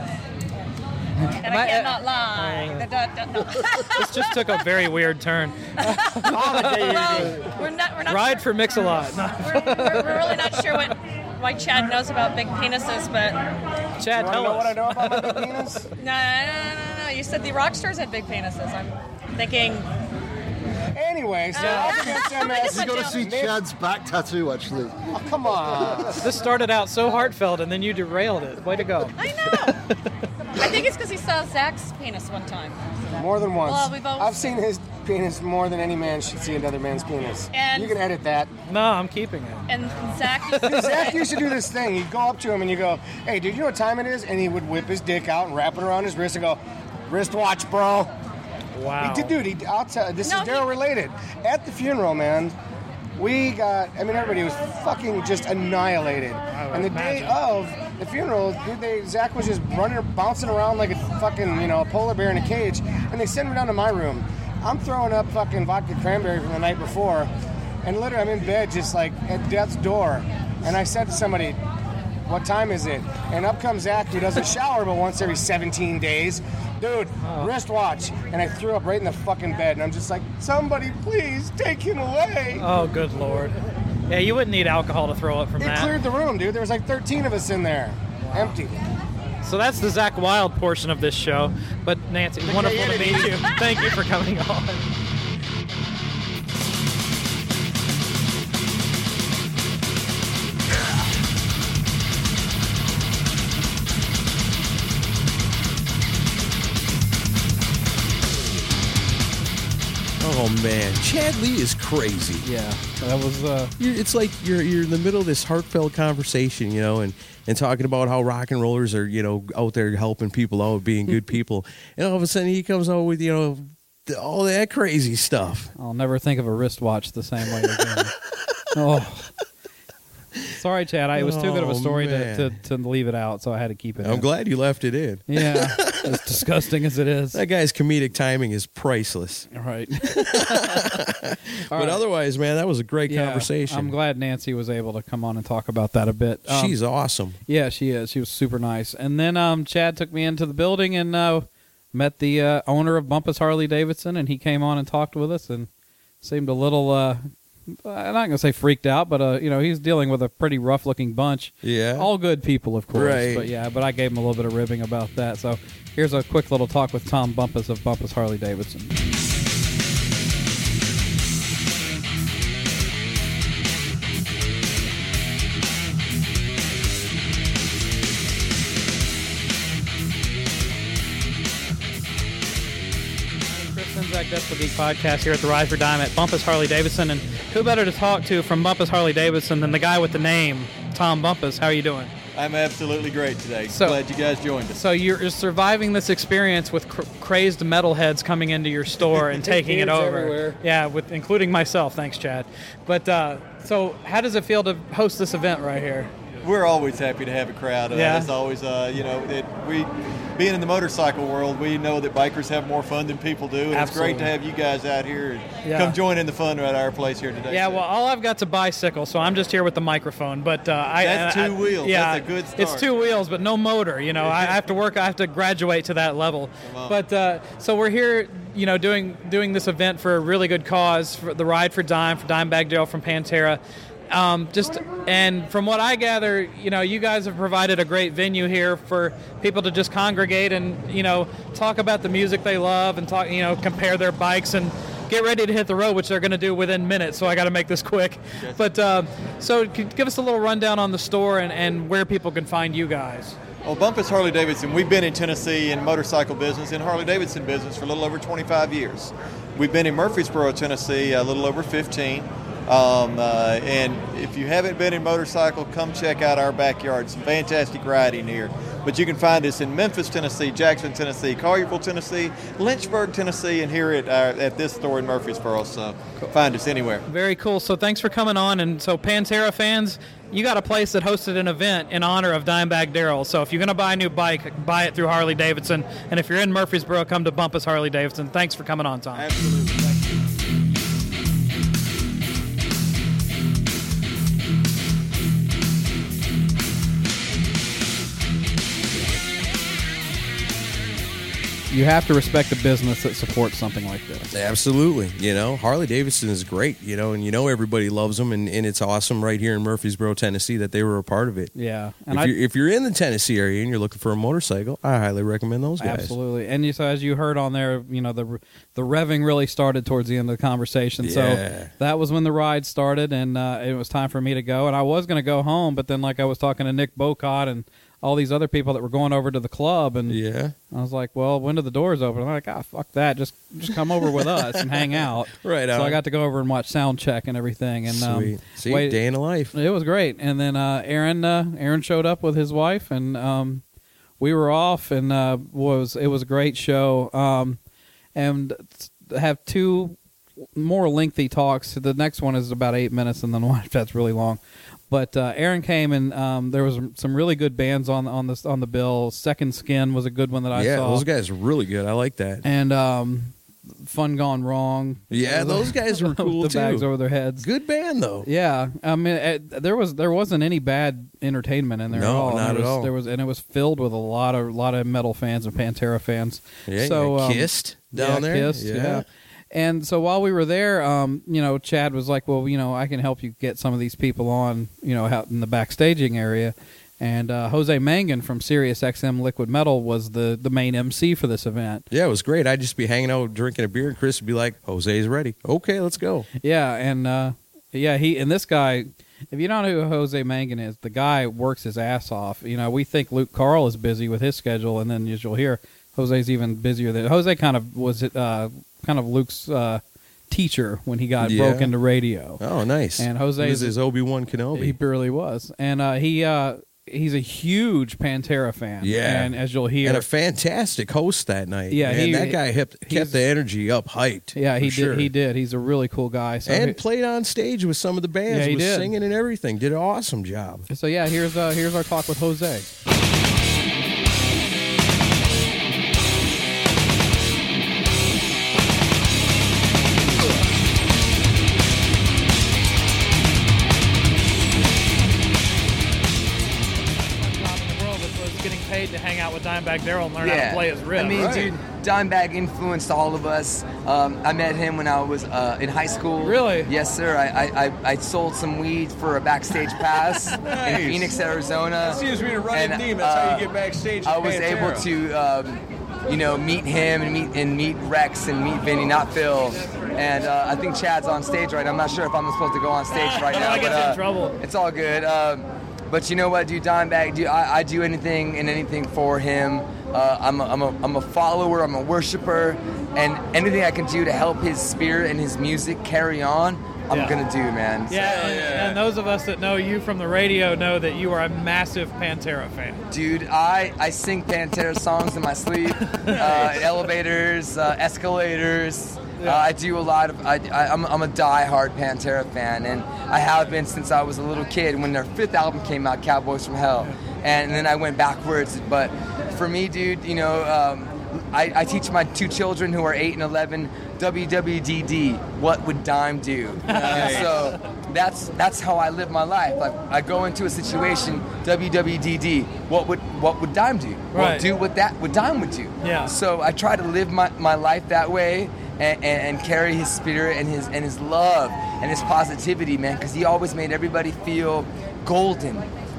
[SPEAKER 9] And
[SPEAKER 7] My- uh,
[SPEAKER 9] I cannot lie. Da, da, da, da.
[SPEAKER 7] <laughs> This just took a very weird turn.
[SPEAKER 9] <laughs> well, we're not. We're not
[SPEAKER 7] Ride
[SPEAKER 9] sure.
[SPEAKER 7] for Mix a Lot. <laughs>
[SPEAKER 9] We're, we're, we're really not sure what why Chad knows about big penises, but
[SPEAKER 7] Chad,
[SPEAKER 4] You wanna
[SPEAKER 7] tell
[SPEAKER 4] know what I
[SPEAKER 7] us.
[SPEAKER 4] know about
[SPEAKER 7] <laughs>
[SPEAKER 4] my big penis?
[SPEAKER 9] no, no, no, no, no. You said the rock stars had big penises. I'm thinking.
[SPEAKER 4] Anyway, so
[SPEAKER 9] Uh,
[SPEAKER 7] <laughs>
[SPEAKER 4] up against
[SPEAKER 9] I
[SPEAKER 4] MS.
[SPEAKER 9] just
[SPEAKER 8] You got to see
[SPEAKER 9] Yeah.
[SPEAKER 8] Chad's back tattoo, actually.
[SPEAKER 4] Oh, come on.
[SPEAKER 7] <laughs> This started out so heartfelt, and then you derailed it. Way to go.
[SPEAKER 9] I know. I think it's because he saw Zach's penis one time.
[SPEAKER 4] More than once.
[SPEAKER 9] Well, we've always-
[SPEAKER 4] I've seen his penis more than any man should see another man's penis.
[SPEAKER 9] And-
[SPEAKER 4] you can edit that.
[SPEAKER 7] No, I'm keeping it.
[SPEAKER 9] And Zach used to
[SPEAKER 4] <laughs> Zach used to do this thing. You'd go up to him and you go, "Hey, dude, you know what time it is?" And he would whip his dick out and wrap it around his wrist and go, "Wristwatch, bro."
[SPEAKER 7] Wow.
[SPEAKER 4] He did, dude. He, I'll tell, this
[SPEAKER 9] No,
[SPEAKER 4] is Daryl
[SPEAKER 9] he-
[SPEAKER 4] related. At the funeral, man, we got. I mean, everybody was fucking just annihilated.
[SPEAKER 7] would
[SPEAKER 4] And the day of the funeral, dude, they Zach was just running, bouncing around like a fucking you know a polar bear in a cage. And they send me down to my room. I'm throwing up fucking vodka cranberry from the night before, and literally I'm in bed just like at death's door. And I said to somebody, what time is it? And up comes Zach, who doesn't shower but once every 17 days. Dude, wristwatch. And I threw up right in the fucking bed. And I'm just like, somebody please take him away.
[SPEAKER 7] Oh, good lord. Yeah, you wouldn't need alcohol to throw up from
[SPEAKER 4] it
[SPEAKER 7] that.
[SPEAKER 4] cleared the room, dude. There was like 13 of us in there. Empty.
[SPEAKER 7] So that's the Zach Wild portion of this show. But Nancy, wonderful
[SPEAKER 4] <laughs>
[SPEAKER 7] to meet you. Thank you for coming on.
[SPEAKER 2] Oh man, Chad Lee is crazy.
[SPEAKER 3] Yeah, that was. Uh,
[SPEAKER 2] you it's like you're you're in the middle of this heartfelt conversation, you know, and and talking about how rock and rollers are, you know, out there helping people out, being
[SPEAKER 3] <laughs>
[SPEAKER 2] good people, and all of a sudden he comes out with you know th- all that crazy stuff.
[SPEAKER 3] I'll never think of a wristwatch the same way again.
[SPEAKER 2] <laughs>
[SPEAKER 3] oh. Sorry, Chad. I, it was too good of
[SPEAKER 2] Oh,
[SPEAKER 3] a story to,
[SPEAKER 2] man.
[SPEAKER 3] to, to leave it out, so I had to keep it.
[SPEAKER 2] I'm
[SPEAKER 3] in.
[SPEAKER 2] glad you left it in. <laughs>
[SPEAKER 3] Yeah, as disgusting as it is.
[SPEAKER 2] That guy's comedic timing is priceless.
[SPEAKER 3] All
[SPEAKER 2] <laughs>
[SPEAKER 3] right.
[SPEAKER 2] but otherwise, man, that was a great
[SPEAKER 3] Yeah,
[SPEAKER 2] conversation.
[SPEAKER 3] I'm glad Nancy was able to come on and talk about that a bit. Um,
[SPEAKER 2] She's awesome.
[SPEAKER 3] yeah, she is. She was super nice. And then um, Chad took me into the building and uh, met the uh, owner of Bumpus Harley Davidson, and he came on and talked with us and seemed a little. Uh, I'm not gonna say freaked out, but uh, you know he's dealing with a pretty rough looking bunch.
[SPEAKER 2] Yeah.
[SPEAKER 3] all good people, of course.
[SPEAKER 2] Right.
[SPEAKER 3] But yeah, but I gave him a little bit of ribbing about that. So here's a quick little talk with Tom Bumpus of Bumpus Harley Davidson.
[SPEAKER 7] Chris Sinzak, Despo Geek Podcast here at the Ride for Dime at Bumpus Harley Davidson. And who better to talk to from Bumpus Harley Davidson than the guy with the name, Tom Bumpus? How are you doing?
[SPEAKER 11] I'm absolutely great today.
[SPEAKER 7] So-
[SPEAKER 11] Glad you guys joined us.
[SPEAKER 7] So you're you're surviving this experience with cr- crazed metalheads coming into your store <laughs> and taking it
[SPEAKER 3] Dudes
[SPEAKER 7] over.
[SPEAKER 3] everywhere.
[SPEAKER 7] Yeah, with including myself. Thanks, Chad. But uh, so, how does it feel to host this event right here?
[SPEAKER 11] we're always happy to have a crowd. Uh,
[SPEAKER 7] Yeah.
[SPEAKER 11] It's always, uh, you know, it, we being in the motorcycle world, we know that bikers have more fun than people do. And It's
[SPEAKER 7] Absolutely.
[SPEAKER 11] great to have you guys out here. And
[SPEAKER 7] Yeah.
[SPEAKER 11] Come join in the fun at our place here today.
[SPEAKER 7] Yeah, well, all I've got's a bicycle, so I'm just here with the microphone. But uh, I
[SPEAKER 11] That's
[SPEAKER 7] I-
[SPEAKER 11] two
[SPEAKER 7] I-
[SPEAKER 11] wheels.
[SPEAKER 7] Yeah,
[SPEAKER 11] That's a good
[SPEAKER 7] It's
[SPEAKER 11] start.
[SPEAKER 7] two wheels, but no motor. You know, I, I have to work. I have to graduate to that level.
[SPEAKER 11] on.
[SPEAKER 7] But uh, so we're here, you know, doing doing this event for a really good cause, for the ride for Dime, for Dime Bagdale from Pantera. Um, just and from what I gather, you know, you guys have provided a great venue here for people to just congregate and you know talk about the music they love and talk, you know, compare their bikes and get ready to hit the road, which they're going to do within minutes. So I got to make this quick. But uh, so c- give us a little rundown on the store and, and where people can find you guys.
[SPEAKER 11] Well, Bumpus Harley Davidson, we've been in Tennessee in motorcycle business, in Harley Davidson business for a little over 25 years. We've been in Murfreesboro, Tennessee, a little over 15. Um, uh, and if you haven't been in motorcycle, come check out our backyard. Some fantastic riding here. But you can find us in Memphis, Tennessee, Jackson, Tennessee, Collierville, Tennessee, Lynchburg, Tennessee, and here at, our, at this store in Murfreesboro. So find us anywhere.
[SPEAKER 7] Very cool. So thanks for coming on. And so Pantera fans, you got a place that hosted an event in honor of Dimebag Daryl. So if you're going to buy a new bike, buy it through Harley Davidson. And if you're in Murfreesboro, come to Bumpus Harley Davidson. Thanks for coming on, Tom.
[SPEAKER 3] You have to respect the business that supports something like this.
[SPEAKER 2] Absolutely. You know, Harley Davidson is great, you know, and you know everybody loves them, and, and it's awesome right here in Murfreesboro, Tennessee, that they were a part of it.
[SPEAKER 3] Yeah, and
[SPEAKER 2] If,
[SPEAKER 3] I-
[SPEAKER 2] you're, if you're in the Tennessee area and you're looking for a motorcycle, I highly recommend those guys.
[SPEAKER 3] Absolutely, and you, so as you heard on there, you know the the revving really started towards the end of the conversation.
[SPEAKER 2] Yeah.
[SPEAKER 3] So that was when the ride started, and uh, it was time for me to go. And I was going to go home, but then like I was talking to Nick Bocott and all these other people that were going over to the club, and
[SPEAKER 2] yeah,
[SPEAKER 3] I was like, well, when do the doors open? I'm like, ah, fuck that, just just come over with us and hang out.
[SPEAKER 2] <laughs> Right
[SPEAKER 3] So
[SPEAKER 2] on.
[SPEAKER 3] I got to go over and watch sound check and everything, and
[SPEAKER 2] Sweet.
[SPEAKER 3] um,
[SPEAKER 2] See, day in the life.
[SPEAKER 3] It was great. And then uh, Aaron, uh, Aaron showed up with his wife, and um, we were off, and uh, was it was a great show. Um, and have two more lengthy talks. The next one is about eight minutes, and then one <laughs> that's really long. But uh, Aaron came, and um, there was some really good bands on on this on the bill. Second Skin was a good one that I
[SPEAKER 2] yeah,
[SPEAKER 3] saw.
[SPEAKER 2] those guys are really good. I like that.
[SPEAKER 3] and um, Fun Gone Wrong. <laughs>
[SPEAKER 2] Yeah, those guys were
[SPEAKER 3] With
[SPEAKER 2] cool
[SPEAKER 3] the bags
[SPEAKER 2] too.
[SPEAKER 3] over their heads.
[SPEAKER 2] Good band though.
[SPEAKER 3] Yeah, I mean, it, there was there wasn't any bad entertainment in there
[SPEAKER 2] No,
[SPEAKER 3] at all. And
[SPEAKER 2] not
[SPEAKER 3] there
[SPEAKER 2] at
[SPEAKER 3] was,
[SPEAKER 2] all.
[SPEAKER 3] There was, and it was filled with a lot of lot of metal fans and Pantera fans.
[SPEAKER 2] Yeah,
[SPEAKER 3] so
[SPEAKER 2] you
[SPEAKER 3] um,
[SPEAKER 2] Kissed down
[SPEAKER 3] yeah,
[SPEAKER 2] there?
[SPEAKER 3] Kissed, yeah.
[SPEAKER 2] Yeah.
[SPEAKER 3] And so while we were there, um, you know, Chad was like, "Well, you know, I can help you get some of these people on, you know, out in the backstaging area." And uh, Jose Mangan from Sirius XM Liquid Metal was the the main MC for this event.
[SPEAKER 2] Yeah, it was great. I'd just be hanging out drinking a beer, and Chris would be like, Jose's ready. Okay, let's go.
[SPEAKER 3] Yeah, and uh, yeah, he and this guy. If you don't know who Jose Mangan is, the guy works his ass off. You know, we think Luke Carl is busy with his schedule, and then as you'll hear, Jose's even busier than Jose. Kind of was uh, kind of Luke's uh, teacher when he got
[SPEAKER 2] Yeah.
[SPEAKER 3] broke into radio.
[SPEAKER 2] Oh, nice.
[SPEAKER 3] And Jose
[SPEAKER 2] He was
[SPEAKER 3] is-
[SPEAKER 2] his Obi Wan Kenobi.
[SPEAKER 3] He barely was, and uh, he uh, he's a huge Pantera fan.
[SPEAKER 2] Yeah.
[SPEAKER 3] and as you'll hear,
[SPEAKER 2] and a fantastic host that night.
[SPEAKER 3] Yeah,
[SPEAKER 2] Man,
[SPEAKER 3] he-
[SPEAKER 2] that guy kept,
[SPEAKER 3] he's-
[SPEAKER 2] kept the energy up, hyped.
[SPEAKER 3] yeah, he
[SPEAKER 2] for sure.
[SPEAKER 3] did. He did. He's a really cool guy. So
[SPEAKER 2] and
[SPEAKER 3] he-
[SPEAKER 2] played on stage with some of the bands,
[SPEAKER 3] Yeah, he
[SPEAKER 2] was
[SPEAKER 3] did.
[SPEAKER 2] singing and everything. Did an awesome job.
[SPEAKER 3] So yeah, here's uh, here's our talk with Jose.
[SPEAKER 7] Getting paid to hang out with Dimebag Daryl and learn how to play his riff.
[SPEAKER 10] I mean, dude, Dimebag influenced all of us. Um, I met him when I was uh, in high school. Really? Yes, sir. I, I, I, I sold some weed for a
[SPEAKER 7] <laughs>
[SPEAKER 10] backstage pass
[SPEAKER 11] Nice.
[SPEAKER 10] in Phoenix, Arizona.
[SPEAKER 11] Excuse me to run
[SPEAKER 10] And,
[SPEAKER 11] and, Dean. That's how
[SPEAKER 10] uh,
[SPEAKER 11] you get backstage.
[SPEAKER 10] I
[SPEAKER 11] at
[SPEAKER 10] was
[SPEAKER 11] Pantera.
[SPEAKER 10] able to, um, you know, meet him and meet and meet Rex and meet Vinny, not Phil. And uh, I think Chad's on stage right. now. I'm not sure if I'm supposed to go on stage
[SPEAKER 7] <laughs>
[SPEAKER 10] right
[SPEAKER 7] I
[SPEAKER 10] now.
[SPEAKER 7] get
[SPEAKER 10] but,
[SPEAKER 7] in
[SPEAKER 10] uh,
[SPEAKER 7] trouble.
[SPEAKER 10] It's all good. Um, but you know what, dude, Dimebag, dude, I, I do anything and anything for him. Uh, I'm, a, I'm, a, I'm a follower. I'm a worshiper, and anything I can do to help his spirit and his music carry on, I'm
[SPEAKER 7] Yeah.
[SPEAKER 10] gonna do, man. So-
[SPEAKER 7] yeah, and, and those of us that know you from the radio know that you are a massive Pantera fan.
[SPEAKER 10] Dude, I, I <laughs> sing Pantera songs in my sleep, uh, in elevators, uh, escalators, Uh, I do a lot of. I, I, I'm, I'm a die-hard Pantera fan, and I have been since I was a little kid. When their fifth album came out, Cowboys from Hell, and then I went backwards. But for me, dude, you know, um, I, I teach my two children who are eight and eleven WWDD. What would Dime do?
[SPEAKER 12] Nice.
[SPEAKER 10] So that's that's how I live my life. I, I go into a situation WWDD. What would what would Dime do? Well,
[SPEAKER 7] Right.
[SPEAKER 10] do what that what Dime would do.
[SPEAKER 7] Yeah.
[SPEAKER 10] So I try to live my, my life that way and, and, and carry his spirit and his and his love and his positivity, man, because he always made everybody feel golden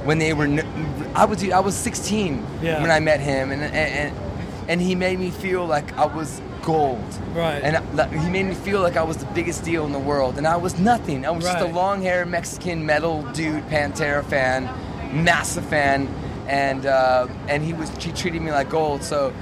[SPEAKER 10] when they were. N- I was I was 16
[SPEAKER 12] Yeah.
[SPEAKER 10] when I met him, and, and and and he made me feel like I was gold.
[SPEAKER 12] Right.
[SPEAKER 10] And I, like, he made me feel like I was the biggest deal in the world, and I was nothing. I was just
[SPEAKER 12] Right.
[SPEAKER 10] a long-haired Mexican metal dude, Pantera fan, massive fan, and uh, and he was he treated me like gold. So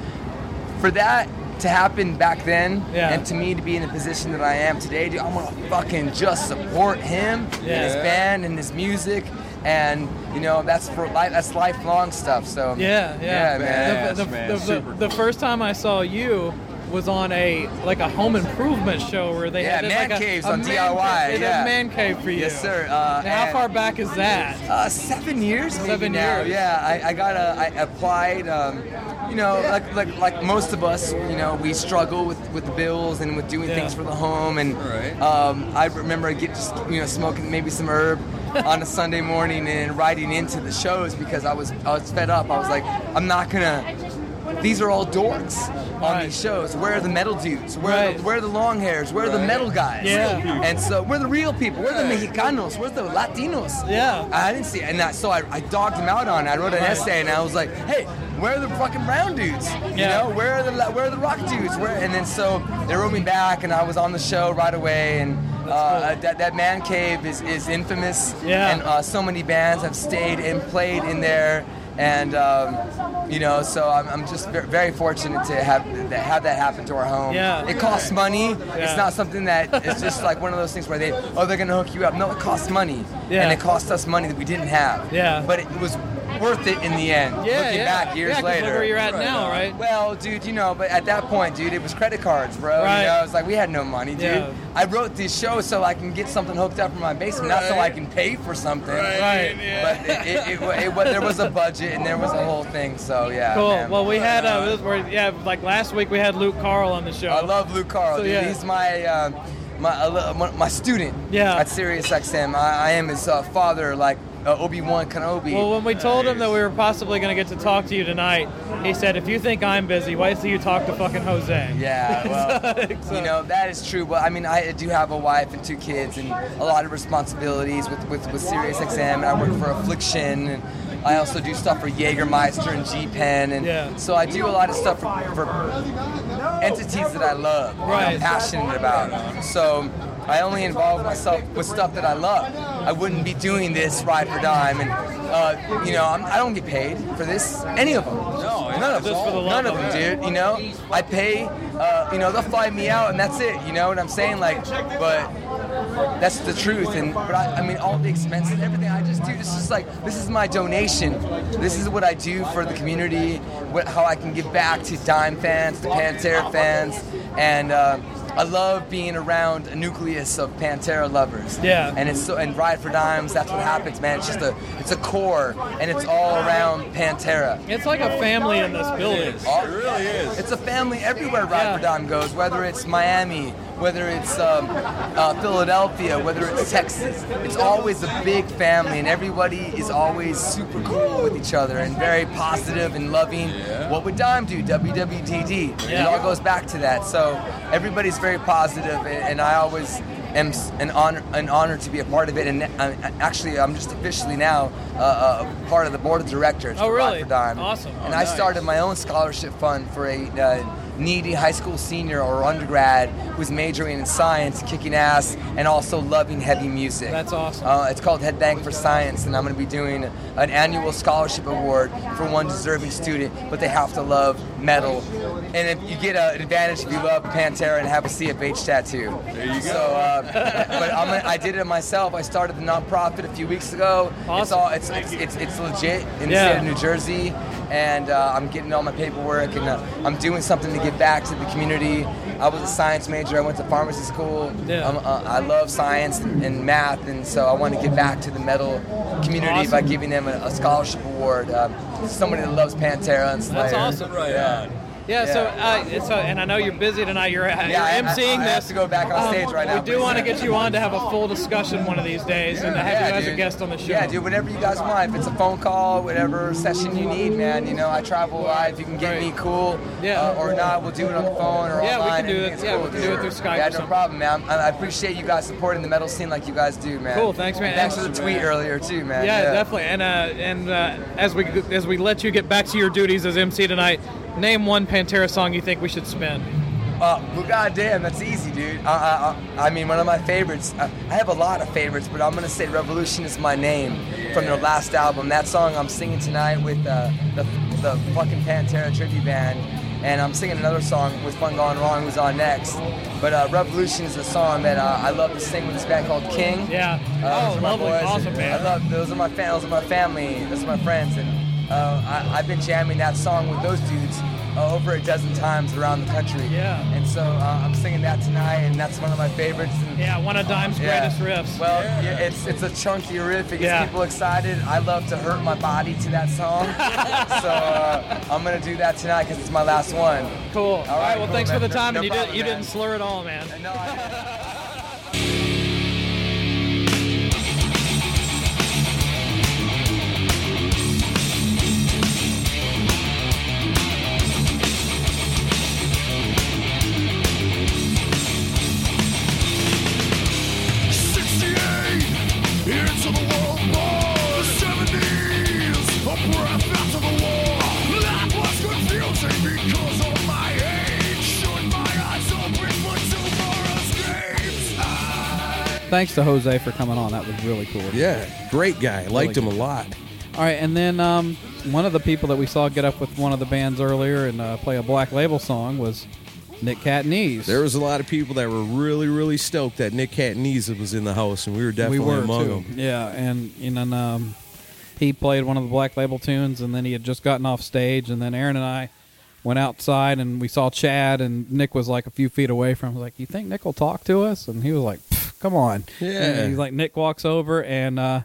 [SPEAKER 10] for that to happen back then,
[SPEAKER 12] Yeah.
[SPEAKER 10] and to me to be in the position that I am today, dude, I'm gonna fucking just support him and his
[SPEAKER 12] Yeah.
[SPEAKER 10] band and his music. And you know that's for life. That's lifelong stuff. So
[SPEAKER 7] Yeah, yeah,
[SPEAKER 10] yeah, man.
[SPEAKER 7] The, the- the- the- the first time I saw you was on a like a home improvement show where they
[SPEAKER 10] Yeah,
[SPEAKER 7] had this,
[SPEAKER 10] man
[SPEAKER 7] like a,
[SPEAKER 10] caves
[SPEAKER 7] a
[SPEAKER 10] on
[SPEAKER 7] man
[SPEAKER 10] DIY,
[SPEAKER 7] Cave, they had
[SPEAKER 10] yeah.
[SPEAKER 7] a man cave for you.
[SPEAKER 10] Yes, sir. Uh,
[SPEAKER 7] Now, how
[SPEAKER 10] and-
[SPEAKER 7] far back is that?
[SPEAKER 10] Uh, seven years. Maybe
[SPEAKER 7] Seven
[SPEAKER 10] now.
[SPEAKER 7] years.
[SPEAKER 10] Yeah, I, I got a, I applied. Um, you know, like, like like most of us, you know, we struggle with with the bills and with doing
[SPEAKER 12] Yeah.
[SPEAKER 10] things for the home. And um, I remember I get just you know smoking maybe some
[SPEAKER 7] <laughs>
[SPEAKER 10] herb on a Sunday morning and riding into the shows because I was I was fed up. I was like, I'm not gonna. These are all dorks on these shows. Where are the metal dudes? Where are the, where are the long hairs? Where are the
[SPEAKER 12] Right.
[SPEAKER 10] metal guys?
[SPEAKER 12] Yeah.
[SPEAKER 10] And so we're the real people. We're the Mexicanos. We're the Latinos. Yeah. I didn't see it. And that, so I, I dogged him out on it. I wrote an essay and I was like, hey, where are the fucking brown dudes? You
[SPEAKER 12] Yeah.
[SPEAKER 10] know, where are the where are the rock dudes? Where and then so they wrote me back and I was on the show right away and uh, that, that man cave is, is infamous.
[SPEAKER 12] Yeah.
[SPEAKER 10] And uh, so many bands have stayed and played in there. And um, you know, so I'm, I'm just ver- very fortunate to have that have that happen to our home.
[SPEAKER 12] Yeah.
[SPEAKER 10] It costs money.
[SPEAKER 12] Yeah.
[SPEAKER 10] It's not something that it's just like one of those things where they oh they're gonna hook you up. No, it costs money.
[SPEAKER 12] Yeah.
[SPEAKER 10] And it cost us money that we didn't have.
[SPEAKER 12] Yeah.
[SPEAKER 10] But it was worth it in the end.
[SPEAKER 12] Yeah,
[SPEAKER 10] Looking
[SPEAKER 12] yeah.
[SPEAKER 10] back years
[SPEAKER 12] Yeah, 'cause look
[SPEAKER 10] later.
[SPEAKER 12] where you're at now, right?
[SPEAKER 10] Well, dude, you know, but at that point, dude, it was credit cards, bro.
[SPEAKER 12] Right.
[SPEAKER 10] You know, it's like we had no money, dude.
[SPEAKER 12] Yeah.
[SPEAKER 10] I wrote these shows so I can get something hooked up in my basement, not so I
[SPEAKER 12] Right.
[SPEAKER 10] can pay for something.
[SPEAKER 12] Right, yeah.
[SPEAKER 10] But it, it, it, wa- it, wa- there was a budget and there was a whole thing, so yeah.
[SPEAKER 7] Cool.
[SPEAKER 10] man.
[SPEAKER 7] Well, we had
[SPEAKER 10] But,
[SPEAKER 7] uh, this where, yeah, like last week we had Luke Carl on the show. I
[SPEAKER 10] love Luke Carl.
[SPEAKER 7] So,
[SPEAKER 10] dude.
[SPEAKER 7] yeah.
[SPEAKER 10] He's my uh, my a li- my- my student.
[SPEAKER 7] Yeah.
[SPEAKER 10] At SiriusXM, I, I am his uh, father, like uh, Obi Wan Kenobi.
[SPEAKER 7] Well, when we told him that we were possibly going to get to talk to you tonight, he said, "If you think I'm busy, wait till you talk to fucking Jose."
[SPEAKER 10] Yeah, well, you know that is true. But I mean, I do have a wife and two kids, and a lot of responsibilities with with, with Sirius XM, and I work for Affliction, and I also do stuff for Jägermeister and G Pen, and so I do a lot of stuff for, for entities that I love, and I'm
[SPEAKER 12] Right.
[SPEAKER 10] passionate about. So. I only involve myself with stuff that I love. I wouldn't be doing this ride for dime, and uh, you know I'm, I don't get paid for this, any of them. No, none of
[SPEAKER 12] just for the
[SPEAKER 10] them.
[SPEAKER 12] love
[SPEAKER 10] None of
[SPEAKER 12] of
[SPEAKER 10] them,
[SPEAKER 12] it.
[SPEAKER 10] dude it, you know. I pay, uh, you know, they'll fly me out, and that's it. You know what I'm saying? Like, but that's the truth. And but I, I mean, all the expenses, and everything I just do. This is like this is my donation. This is what I do for the community. What, how I can give back to Dime fans, to Pantera fans, and. Uh, I love being around a nucleus of Pantera lovers.
[SPEAKER 12] Yeah.
[SPEAKER 10] And it's so and Ride for Dimes, that's what happens, man. It's just a it's a core and it's all around Pantera.
[SPEAKER 7] It's like a family in this building.
[SPEAKER 10] It really is. It's a family everywhere Ride for Dime goes, whether it's Miami, whether it's um, uh, Philadelphia, whether it's Texas. It's always a big family, and everybody is always super cool with each other and very positive and loving. What would Dime do? WWDD. It
[SPEAKER 12] Yeah.
[SPEAKER 10] all goes back to that. So everybody's very positive, and, and I always am s- an honor, an honor to be a part of it. And I, actually, I'm just officially now uh, uh, part of the board of directors.
[SPEAKER 7] Oh,
[SPEAKER 10] for Ride
[SPEAKER 7] really?
[SPEAKER 10] for Dime.
[SPEAKER 7] Awesome.
[SPEAKER 10] And
[SPEAKER 7] Oh,
[SPEAKER 10] I
[SPEAKER 7] nice.
[SPEAKER 10] started my own scholarship fund for a uh, needy high school senior or undergrad who's majoring in science, kicking ass, and also loving heavy music. That's
[SPEAKER 7] awesome.
[SPEAKER 10] Uh, it's called Headbang for Science, and I'm going to be doing an annual scholarship award for one deserving student, but they have to love metal. And if you get a- an advantage if you love Pantera and have a CFH tattoo. There you go. So, uh, <laughs> but I'm gonna, I did it myself. I started the nonprofit a few weeks ago. It's all it's it's, it's, it's legit in the
[SPEAKER 12] Yeah.
[SPEAKER 10] state of New Jersey, and uh, I'm getting all my paperwork, and uh, I'm doing something to give back to the community, I was a science major. I went to pharmacy school. Um, uh, I love science and math, and so I want to give back to the metal community by
[SPEAKER 7] Awesome.
[SPEAKER 10] giving them a, a scholarship award. Um, somebody that loves Pantera and Slayer.
[SPEAKER 7] <laughs> That's awesome. Right
[SPEAKER 10] Yeah.
[SPEAKER 7] Yeah, so,
[SPEAKER 10] Yeah.
[SPEAKER 7] uh, it's, uh, and I know you're busy tonight. You're, uh,
[SPEAKER 10] Yeah, I- I-
[SPEAKER 7] you're emceeing
[SPEAKER 10] I
[SPEAKER 7] this. Um,
[SPEAKER 10] have to go back on stage right now
[SPEAKER 7] We do want to
[SPEAKER 10] pretty
[SPEAKER 7] get you on to have a full discussion one of these days and to have you as a
[SPEAKER 10] dude.
[SPEAKER 7] guest on the show.
[SPEAKER 10] Yeah, dude, whatever you guys want. If it's a phone call, whatever session you need, man. You know, I travel a lot. If you can get me, cool. Yeah. or not, we'll do it on the phone or
[SPEAKER 7] Yeah, we
[SPEAKER 10] online.
[SPEAKER 7] can do
[SPEAKER 10] Anything
[SPEAKER 7] it.
[SPEAKER 10] is
[SPEAKER 7] Yeah,
[SPEAKER 10] cool,
[SPEAKER 7] we can
[SPEAKER 10] dude.
[SPEAKER 7] do it through Skype
[SPEAKER 10] Yeah, no
[SPEAKER 7] or something.
[SPEAKER 10] problem, man. I I appreciate you guys supporting the metal scene like you guys do, man.
[SPEAKER 7] Cool, thanks, man.
[SPEAKER 10] And Thanks for the tweet earlier too, man.
[SPEAKER 7] Yeah, definitely. And uh, and uh, as we as we let you get back to your duties as MC tonight, name one Pantera song you think we should spin.
[SPEAKER 10] Uh, well, goddamn, that's easy, dude. I, I, I, I mean, one of my favorites. I, I have a lot of favorites, but I'm gonna say "Revolution" is my name from their last album. That song I'm singing tonight with uh, the the fucking Pantera tribute band, and I'm singing another song with "Fun Gone Wrong" was on next. But uh, "Revolution" is a song that uh, I love to sing with this band called King.
[SPEAKER 7] Yeah.
[SPEAKER 10] Uh,
[SPEAKER 7] oh,
[SPEAKER 10] those are my
[SPEAKER 7] lovely,
[SPEAKER 10] boys.
[SPEAKER 7] awesome
[SPEAKER 10] I
[SPEAKER 7] band.
[SPEAKER 10] love those are my fam- those are my family, those are my friends, and uh, I, I've been jamming that song with those dudes uh, over a dozen times around the country. Yeah. And so uh, I'm singing that tonight, and that's one of my favorites. And,
[SPEAKER 7] yeah, one of Dime's greatest riffs.
[SPEAKER 10] Well, yeah, it's it's a chunky riff. It gets
[SPEAKER 7] Yeah.
[SPEAKER 10] people excited. I love to hurt my body to that
[SPEAKER 7] <laughs>
[SPEAKER 10] song, so uh, I'm gonna do that tonight because it's my last one.
[SPEAKER 7] Cool. All right.
[SPEAKER 10] cool,
[SPEAKER 7] well, thanks
[SPEAKER 10] man.
[SPEAKER 7] for the
[SPEAKER 10] No-
[SPEAKER 7] time,
[SPEAKER 10] no
[SPEAKER 7] and you
[SPEAKER 10] problem,
[SPEAKER 7] did you
[SPEAKER 10] man.
[SPEAKER 7] didn't slur at all, man.
[SPEAKER 10] No, I
[SPEAKER 12] Into the world war, seventies, a breath after the war. That was confusing because of my age. Should my eyes open for tomorrow's games?
[SPEAKER 3] Thanks to Jose for coming on. That was really cool.
[SPEAKER 2] Yeah, great guy. Liked him a lot.
[SPEAKER 3] All right, and then um, one of the people that we saw get up with one of the bands earlier and uh, play a Black Label song was Nick Catneys.
[SPEAKER 2] There was a lot of people that were really, really stoked that Nick Catneys was in the house, and we were definitely
[SPEAKER 3] we were
[SPEAKER 2] among
[SPEAKER 3] too.
[SPEAKER 2] them.
[SPEAKER 3] Yeah, and you know, and, um, he played one of the Black Label tunes, and then he had just gotten off stage, and then Aaron and I went outside, and we saw Chad, and Nick was like a few feet away from. Him. I was like, "You think Nick will talk to us?" And he was like, "Pff, "Come on."
[SPEAKER 2] Yeah.
[SPEAKER 3] And he's like, Nick walks over, and uh,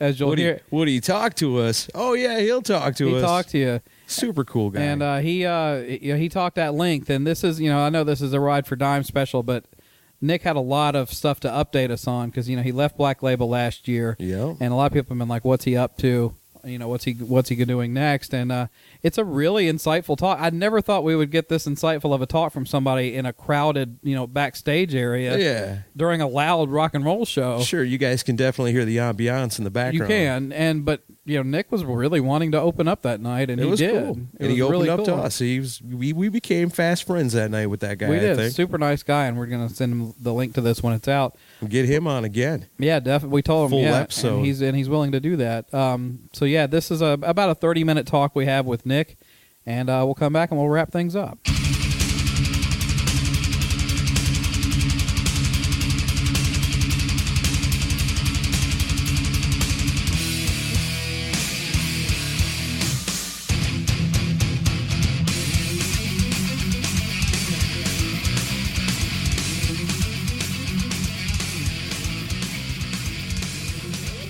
[SPEAKER 3] as you'll
[SPEAKER 2] Would he,
[SPEAKER 3] hear,
[SPEAKER 2] would he talk to us? Oh yeah, he'll talk to
[SPEAKER 3] He
[SPEAKER 2] us.
[SPEAKER 3] talked to you.
[SPEAKER 2] Super cool guy.
[SPEAKER 3] And uh, he uh, you know, he talked at length, and this is you know I know this is a ride for dime special, but Nick had a lot of stuff to update us on because you know he left Black Label last year,
[SPEAKER 2] yeah,
[SPEAKER 3] and a lot of people have been like, what's he up to? You know, what's he what's he doing next? And uh, it's a really insightful talk. I never thought we would get this insightful of a talk from somebody in a crowded you know backstage area,
[SPEAKER 2] Yeah.
[SPEAKER 3] during a loud rock and roll show.
[SPEAKER 2] Sure, you guys can definitely hear the ambiance in the background.
[SPEAKER 3] You can, and but you know Nick was really wanting to open up that night, and
[SPEAKER 2] it
[SPEAKER 3] he
[SPEAKER 2] was
[SPEAKER 3] did.
[SPEAKER 2] cool.
[SPEAKER 3] It was
[SPEAKER 2] and he opened
[SPEAKER 3] really
[SPEAKER 2] up to
[SPEAKER 3] cool.
[SPEAKER 2] us. He was, we, we became fast friends that night with that guy.
[SPEAKER 3] we
[SPEAKER 2] I
[SPEAKER 3] did.
[SPEAKER 2] think.
[SPEAKER 3] Super nice guy, and we're gonna send him the link to this when it's out.
[SPEAKER 2] Get him on again.
[SPEAKER 3] Yeah, definitely. We told him
[SPEAKER 2] Full
[SPEAKER 3] yeah, and
[SPEAKER 2] episode.
[SPEAKER 3] he's and he's willing to do that. Um, so yeah, this is a about a thirty minute talk we have with Nick, and uh, we'll come back and we'll wrap things up.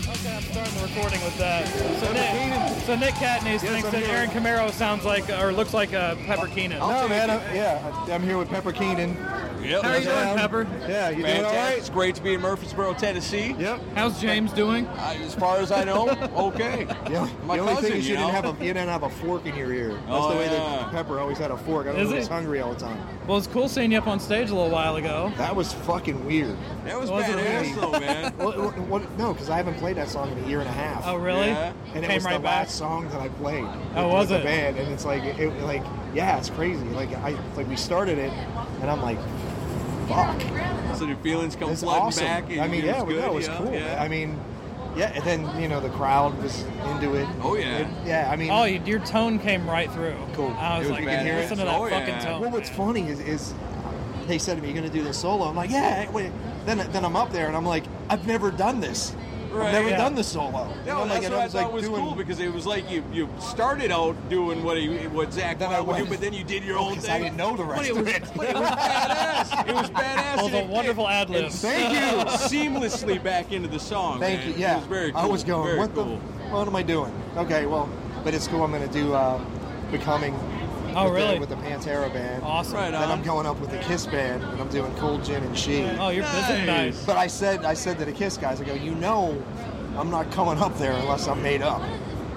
[SPEAKER 7] Okay, I'm starting the recording with that. So Nick, so Nick Catneys thinks
[SPEAKER 13] I'm
[SPEAKER 7] that
[SPEAKER 13] here.
[SPEAKER 7] Aaron Camaro sounds like or looks like uh, Pepper Keenan.
[SPEAKER 13] No, man. I'm, yeah, I'm here with Pepper Keenan.
[SPEAKER 14] Yep.
[SPEAKER 7] How are you doing,
[SPEAKER 13] Um,
[SPEAKER 7] Pepper?
[SPEAKER 13] Yeah, you doing all
[SPEAKER 14] Fantastic.
[SPEAKER 13] right?
[SPEAKER 14] It's great to be in Murfreesboro, Tennessee.
[SPEAKER 13] Yep.
[SPEAKER 7] How's James doing?
[SPEAKER 14] as far as I
[SPEAKER 13] <laughs>
[SPEAKER 14] know, okay.
[SPEAKER 13] Yeah.
[SPEAKER 14] My
[SPEAKER 13] the only
[SPEAKER 14] cousin,
[SPEAKER 13] thing is
[SPEAKER 14] you
[SPEAKER 13] you, didn't
[SPEAKER 14] know.
[SPEAKER 13] have a you didn't have a fork in your ear. That's
[SPEAKER 14] Oh,
[SPEAKER 13] the way
[SPEAKER 14] yeah.
[SPEAKER 13] that Pepper always had a fork. I don't
[SPEAKER 7] Is
[SPEAKER 13] know.
[SPEAKER 7] it?
[SPEAKER 13] He was hungry all the time.
[SPEAKER 7] Well, it's cool seeing you up on stage a little while ago.
[SPEAKER 13] That was fucking weird.
[SPEAKER 14] That
[SPEAKER 7] was Was it badass, really? though, man.
[SPEAKER 13] <laughs> what, what, what, no, because I haven't played that song in a year and a half.
[SPEAKER 7] Oh, really? Yeah.
[SPEAKER 13] And it
[SPEAKER 7] Came
[SPEAKER 13] was
[SPEAKER 7] right
[SPEAKER 13] the
[SPEAKER 7] back?
[SPEAKER 13] last song that I played.
[SPEAKER 7] Oh,
[SPEAKER 13] with-
[SPEAKER 7] was
[SPEAKER 13] with the
[SPEAKER 7] it?
[SPEAKER 13] band, and it's like it like yeah, it's crazy. Like I like we started it, and I'm like, fuck.
[SPEAKER 14] So your feelings come
[SPEAKER 13] It's
[SPEAKER 14] flooding
[SPEAKER 13] awesome.
[SPEAKER 14] back. And
[SPEAKER 13] I mean,
[SPEAKER 14] it was
[SPEAKER 13] yeah, we
[SPEAKER 14] good,
[SPEAKER 13] know it was
[SPEAKER 14] you know?
[SPEAKER 13] cool.
[SPEAKER 14] Yeah.
[SPEAKER 13] I mean, yeah, and then you know the crowd was into it.
[SPEAKER 14] Oh, yeah.
[SPEAKER 13] It- yeah. I mean,
[SPEAKER 7] oh, you- your <laughs> tone came right through. Cool. I was
[SPEAKER 13] it
[SPEAKER 7] like,
[SPEAKER 13] you can hear it.
[SPEAKER 7] listen to
[SPEAKER 14] Oh,
[SPEAKER 7] that fucking tone.
[SPEAKER 13] Well, what's funny is, is they said to me, "You're gonna do this solo." I'm like, "Yeah." Wait. Then then I'm up there and I'm like, "I've never done this."
[SPEAKER 14] Right,
[SPEAKER 13] I've never
[SPEAKER 14] yeah.
[SPEAKER 13] done the solo. You know,
[SPEAKER 14] No,
[SPEAKER 13] like,
[SPEAKER 14] that's
[SPEAKER 13] and
[SPEAKER 14] what I,
[SPEAKER 13] was,
[SPEAKER 14] thought
[SPEAKER 13] like,
[SPEAKER 14] was
[SPEAKER 13] doing-
[SPEAKER 14] cool because it was like you, you started out doing what he, what Zach Wild would do, but then you did your own thing. I didn't know the
[SPEAKER 13] rest
[SPEAKER 14] it
[SPEAKER 13] of
[SPEAKER 14] was,
[SPEAKER 13] it.
[SPEAKER 14] But it was badass. It was badass.
[SPEAKER 7] <laughs>
[SPEAKER 13] Well,
[SPEAKER 14] and
[SPEAKER 13] the
[SPEAKER 14] it-
[SPEAKER 13] wonderful
[SPEAKER 14] it-
[SPEAKER 13] ad
[SPEAKER 14] it
[SPEAKER 13] libs.
[SPEAKER 14] Thank you. Seamlessly back into the
[SPEAKER 2] Oh,
[SPEAKER 14] song.
[SPEAKER 13] Thank
[SPEAKER 14] man.
[SPEAKER 13] you. Yeah,
[SPEAKER 14] it was very cool.
[SPEAKER 13] I was going.
[SPEAKER 14] Very
[SPEAKER 13] what
[SPEAKER 14] cool.
[SPEAKER 13] the? What am I doing? Okay, well, but it's cool. I'm going to do um, becoming.
[SPEAKER 7] Oh,
[SPEAKER 13] with
[SPEAKER 7] really?
[SPEAKER 13] The, with the Pantera band.
[SPEAKER 7] Awesome. Right
[SPEAKER 13] Then
[SPEAKER 7] on.
[SPEAKER 13] I'm going up with the Kiss band, and I'm doing Cold Gin and She.
[SPEAKER 7] Oh, you're busy Nice. tonight.
[SPEAKER 13] But I said, I said to the Kiss guys, I go, you know, I'm not coming up there unless I'm made up.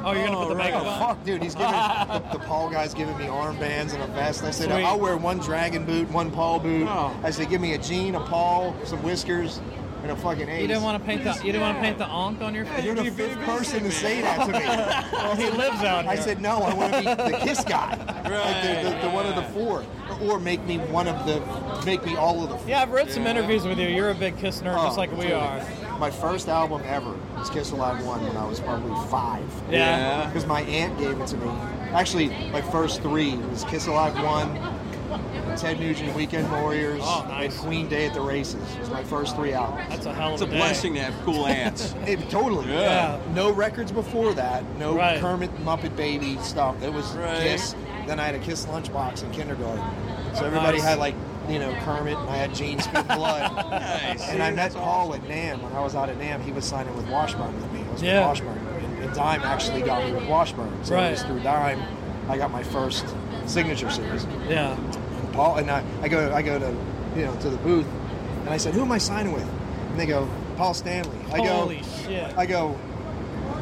[SPEAKER 7] Oh, you're gonna put the
[SPEAKER 13] right.
[SPEAKER 7] makeup
[SPEAKER 13] Oh,
[SPEAKER 7] on?
[SPEAKER 13] Fuck, dude, he's giving the, the Paul guy's giving me armbands and a vest. And I said,
[SPEAKER 7] Sweet.
[SPEAKER 13] I'll wear one dragon boot, one Paul boot.
[SPEAKER 7] Oh.
[SPEAKER 13] I said, give me a jean, a Paul, some whiskers, and a fucking ace.
[SPEAKER 7] You didn't want to paint the you didn't want to paint the onk on your face.
[SPEAKER 13] You're the fifth person to say that to me.
[SPEAKER 7] <laughs>
[SPEAKER 13] well,
[SPEAKER 7] he lives out
[SPEAKER 13] I
[SPEAKER 7] here.
[SPEAKER 13] said no. I want to be the kiss guy, like the, the, the one of the four, or make me one of the, make me all of the. Four.
[SPEAKER 7] Yeah, I've read some interviews with you. You're a big Kiss nerd, just like we
[SPEAKER 13] Oh, dude.
[SPEAKER 7] are.
[SPEAKER 13] My first album ever was Kiss Alive One when I was probably five.
[SPEAKER 7] Yeah. Yeah.
[SPEAKER 13] Because my aunt gave it to me. Actually, my first three was Kiss Alive One, Ted Nugent Weekend Warriors,
[SPEAKER 14] Oh,
[SPEAKER 13] and Queen Day at the Races. was my first three albums.
[SPEAKER 7] That's a hell
[SPEAKER 14] It's a blessing to have cool ants.
[SPEAKER 13] <laughs> It- totally.
[SPEAKER 14] Yeah.
[SPEAKER 13] No records before that. No
[SPEAKER 14] Right.
[SPEAKER 13] Kermit Muppet Baby stuff. It was
[SPEAKER 14] Right.
[SPEAKER 13] Kiss. Then I had a Kiss lunchbox in kindergarten. So everybody
[SPEAKER 14] Nice.
[SPEAKER 13] had like, you know, Kermit, and I had Gene
[SPEAKER 7] <laughs>
[SPEAKER 13] Spit Blood. And I met Paul at NAM when I was out at NAM. He was signing with Washburn with me. I was
[SPEAKER 7] Yeah.
[SPEAKER 13] with Washburn, and, and Dime actually got me with Washburn. So
[SPEAKER 7] Right.
[SPEAKER 13] it was through Dime I got my first signature series.
[SPEAKER 7] Yeah.
[SPEAKER 13] Paul and I, I go I go to you know to the booth and I said, Who am I signing with? And they go, Paul Stanley. I
[SPEAKER 7] Holy
[SPEAKER 13] go
[SPEAKER 7] shit.
[SPEAKER 13] I go,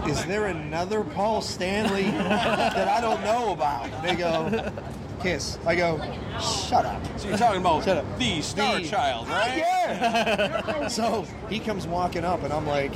[SPEAKER 13] Is there another Paul Stanley that I don't know about? And they go, Kiss. I go, Shut up.
[SPEAKER 14] So you're talking about
[SPEAKER 13] Shut up.
[SPEAKER 14] the star child, right?
[SPEAKER 13] Yeah. so he comes walking up, and I'm like,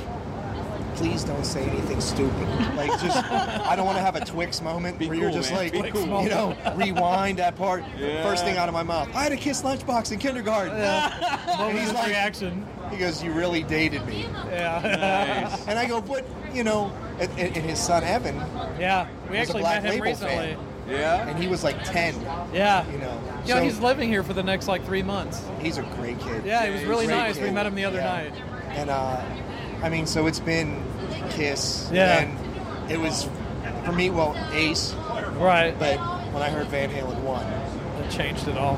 [SPEAKER 13] please don't say anything stupid. Like, just, I don't want to have a Twix moment where you're
[SPEAKER 14] cool,
[SPEAKER 13] just
[SPEAKER 14] man.
[SPEAKER 13] like,
[SPEAKER 14] Be cool.
[SPEAKER 13] you know, rewind that part.
[SPEAKER 14] Yeah.
[SPEAKER 13] First thing out of my mouth, I had a kiss lunchbox in kindergarten.
[SPEAKER 7] What was his
[SPEAKER 13] reaction? He goes, you really dated me.
[SPEAKER 7] Yeah. Nice.
[SPEAKER 13] and I go, but, you know, and, and and his son Evan.
[SPEAKER 7] Yeah,
[SPEAKER 13] was
[SPEAKER 7] we
[SPEAKER 13] a
[SPEAKER 7] actually
[SPEAKER 13] Black
[SPEAKER 7] met him
[SPEAKER 13] Label fan.
[SPEAKER 7] recently.
[SPEAKER 14] Yeah.
[SPEAKER 13] And he was like 10.
[SPEAKER 7] Yeah.
[SPEAKER 13] You know.
[SPEAKER 7] Yeah,
[SPEAKER 13] so-
[SPEAKER 7] he's living here for the next like three months.
[SPEAKER 13] He's a great kid.
[SPEAKER 7] Yeah, he was
[SPEAKER 13] He's
[SPEAKER 7] really
[SPEAKER 13] a great
[SPEAKER 7] nice. We
[SPEAKER 13] kid.
[SPEAKER 7] met him the other
[SPEAKER 13] Yeah.
[SPEAKER 7] night.
[SPEAKER 13] And uh, I mean, so it's been Kiss.
[SPEAKER 7] Yeah.
[SPEAKER 13] And it was for me, well, Ace.
[SPEAKER 7] Right.
[SPEAKER 13] But when I heard Van Halen one,
[SPEAKER 7] it changed it all.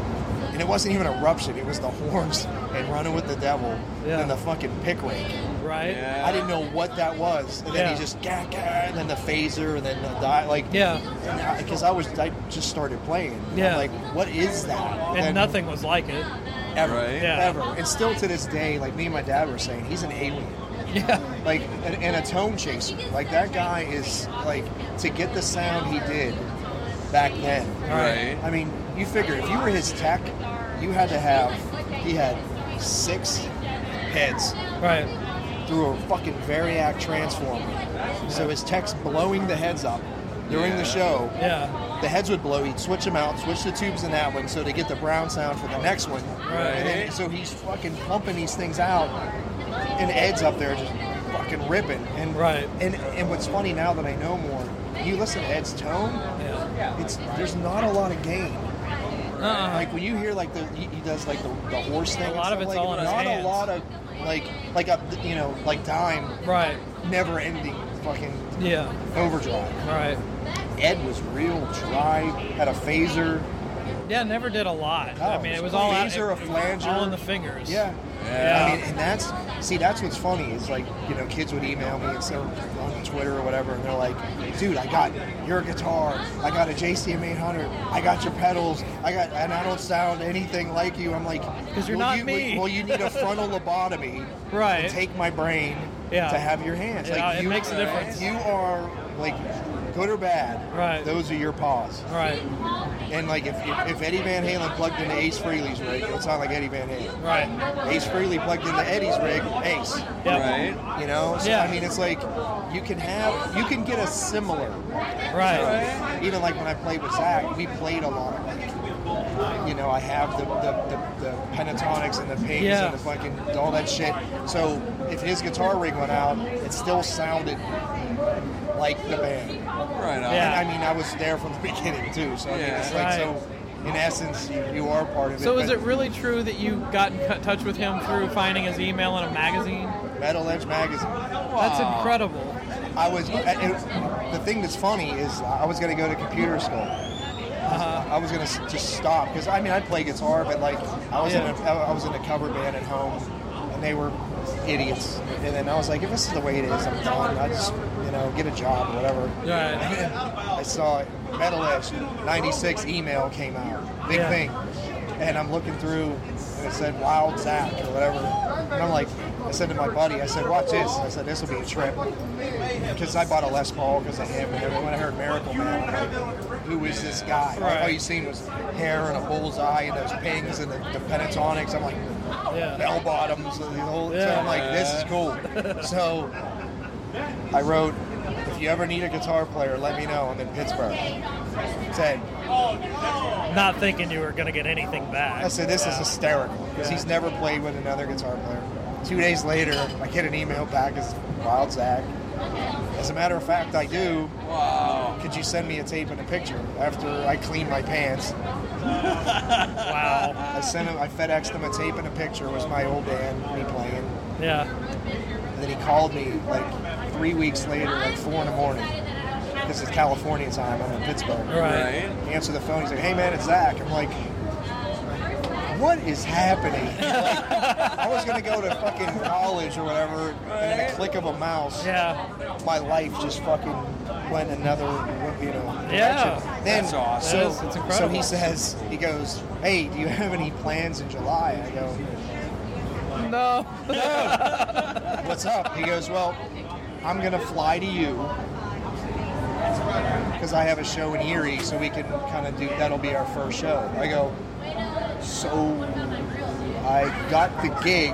[SPEAKER 13] And it wasn't even eruption. It was the horns and running with the devil
[SPEAKER 7] Yeah.
[SPEAKER 13] and the fucking pick rake.
[SPEAKER 7] Right.
[SPEAKER 13] I didn't know what that was, and then
[SPEAKER 7] Yeah.
[SPEAKER 13] he just gah, gah, and then the phaser, and then the die, like
[SPEAKER 7] Yeah.
[SPEAKER 13] Because I, was I just started playing. and I'm
[SPEAKER 7] Yeah.
[SPEAKER 13] like what is that?
[SPEAKER 7] And
[SPEAKER 13] then-
[SPEAKER 7] nothing was like it.
[SPEAKER 13] ever,
[SPEAKER 7] Right. Yeah.
[SPEAKER 13] ever, and still to this day, like me and my dad were saying, he's an alien.
[SPEAKER 7] Yeah.
[SPEAKER 13] Like and, and a tone chaser. Like that guy is like to get the sound he did back then.
[SPEAKER 14] Right.
[SPEAKER 13] I mean, you figure if you were his tech, you had to have he had six heads.
[SPEAKER 7] Right.
[SPEAKER 13] Through a fucking variac transformer. So his tech's blowing the heads up during the show.
[SPEAKER 7] Yeah.
[SPEAKER 13] The heads would blow. He'd switch them out, switch the tubes in that one, so to get the brown sound for the next one. And then,
[SPEAKER 7] Right.
[SPEAKER 13] so he's fucking pumping these things out, and Ed's up there just fucking ripping. And
[SPEAKER 7] Right.
[SPEAKER 13] And and what's funny now that I know more, you listen to Ed's tone. Yeah. It's there's not a lot of gain.
[SPEAKER 7] Uh-uh.
[SPEAKER 13] Like when you hear like the he, he does like the, the horse thing.
[SPEAKER 7] A
[SPEAKER 13] and
[SPEAKER 7] lot of
[SPEAKER 13] stuff
[SPEAKER 7] it's
[SPEAKER 13] like,
[SPEAKER 7] all in his
[SPEAKER 13] Not
[SPEAKER 7] hands.
[SPEAKER 13] a lot of like like a you know like dime.
[SPEAKER 7] Right.
[SPEAKER 13] Never ending fucking
[SPEAKER 7] Yeah.
[SPEAKER 13] overdrive.
[SPEAKER 7] Right.
[SPEAKER 13] Ed was real dry. Had a phaser.
[SPEAKER 7] Yeah, never did a lot. I
[SPEAKER 13] Oh,
[SPEAKER 7] mean, it
[SPEAKER 13] it's
[SPEAKER 7] was
[SPEAKER 13] cool.
[SPEAKER 7] all out,
[SPEAKER 13] Laser, a flanger.
[SPEAKER 7] all in the fingers.
[SPEAKER 13] Yeah.
[SPEAKER 7] Yeah.
[SPEAKER 13] I mean, and that's see, that's what's funny is like you know, kids would email me and say on Twitter or whatever, and they're like, "Dude, I got your guitar, I got a JCM 800, I got your pedals, I got, and I don't sound anything like you." I'm like,
[SPEAKER 7] "'Cause you're
[SPEAKER 13] well,
[SPEAKER 7] not
[SPEAKER 13] you,
[SPEAKER 7] me."
[SPEAKER 13] Well, you need a frontal lobotomy,
[SPEAKER 7] Right.
[SPEAKER 13] To take my brain,
[SPEAKER 7] Yeah.
[SPEAKER 13] To have your hands,
[SPEAKER 7] Yeah,
[SPEAKER 13] like
[SPEAKER 7] it
[SPEAKER 13] you,
[SPEAKER 7] makes a difference.
[SPEAKER 13] You are like good or bad, right? Those are your paws,
[SPEAKER 7] right?
[SPEAKER 13] And like if, if, if Eddie Van Halen plugged into Ace Frehley's rig, it would sound like Eddie Van Halen,
[SPEAKER 7] Right.
[SPEAKER 13] Ace Frehley plugged into Eddie's rig, Ace.
[SPEAKER 7] Yep.
[SPEAKER 13] Right. You know? So,
[SPEAKER 7] Yeah.
[SPEAKER 13] I mean, it's like you can have, you can get a similar.
[SPEAKER 7] Right.
[SPEAKER 13] Even like when I played with Zach, we played a lot. Like, you know, I have the, the, the, the pentatonics and the pings
[SPEAKER 7] Yeah.
[SPEAKER 13] and the fucking, all that shit. So if his guitar rig went out, it still sounded like the band.
[SPEAKER 14] Right on.
[SPEAKER 13] And I mean, I was there from the <laughs> beginning too. So I mean,
[SPEAKER 14] Yeah.
[SPEAKER 13] it's like,
[SPEAKER 14] Right.
[SPEAKER 13] so in essence, you, you are part of it.
[SPEAKER 7] So is
[SPEAKER 13] but
[SPEAKER 7] it really true that you got in cu- touch with him through finding his email in a magazine?
[SPEAKER 13] Metal Edge magazine.
[SPEAKER 7] That's incredible.
[SPEAKER 13] I was. I- It, the thing that's funny is I was going to go to computer school.
[SPEAKER 7] Uh-huh.
[SPEAKER 13] I was going to just stop because I mean I play guitar, but like I was in a, I was in a cover band at home, and they were idiots. And then I was like, if this is the way it is, I'm done. I just you know get a job, whatever.
[SPEAKER 7] Right.
[SPEAKER 13] And then <laughs> I saw it. Metal Edge '96 email came out, big
[SPEAKER 7] Yeah.
[SPEAKER 13] thing, and I'm looking through, and it said Wild Zach or whatever. And I'm like, I said to my buddy, I said, watch this. I said, this will be a trip. Because I bought a Les Paul because of him. And then when I heard Miracle Man, I'm like, who is this guy? Like, all you seen was hair and a bullseye and those pings and the, the pentatonics. I'm like, bell bottoms and the whole. So I'm like, this is cool. so I wrote, if you ever need a guitar player, let me know. I'm in Pittsburgh. Said,
[SPEAKER 15] Not thinking you were going to get anything back.
[SPEAKER 13] I said, this is hysterical because he's never played with another guitar player. Two days later, I get an email back as Wild Zach. As a matter of fact, I do. Wow. Could you send me a tape and a picture after I clean my pants? <laughs> wow. I sent him, I FedExed him a tape and a picture. It was my old band, me playing.
[SPEAKER 7] Yeah.
[SPEAKER 13] And then he called me like three weeks later, like four in the morning. This is California time. I'm in Pittsburgh.
[SPEAKER 12] Right.
[SPEAKER 13] He answered the phone. He's like, "Hey man, it's Zach." I'm like, "What is happening?" Like, I was gonna go to fucking college or whatever, and in the click of a mouse, yeah. my life just fucking went another, you know.
[SPEAKER 7] Yeah.
[SPEAKER 13] direction. Then,
[SPEAKER 7] That's awesome.
[SPEAKER 13] So,
[SPEAKER 7] That is- it's
[SPEAKER 13] so
[SPEAKER 7] incredible.
[SPEAKER 13] he says, he goes, "Hey, do you have any plans in July?" I go,
[SPEAKER 7] No. <laughs>
[SPEAKER 13] What's up? He goes, Well, I'm going to fly to you because I have a show in Erie, so we can kind of do that'll be our first show. I go, So I got the gig,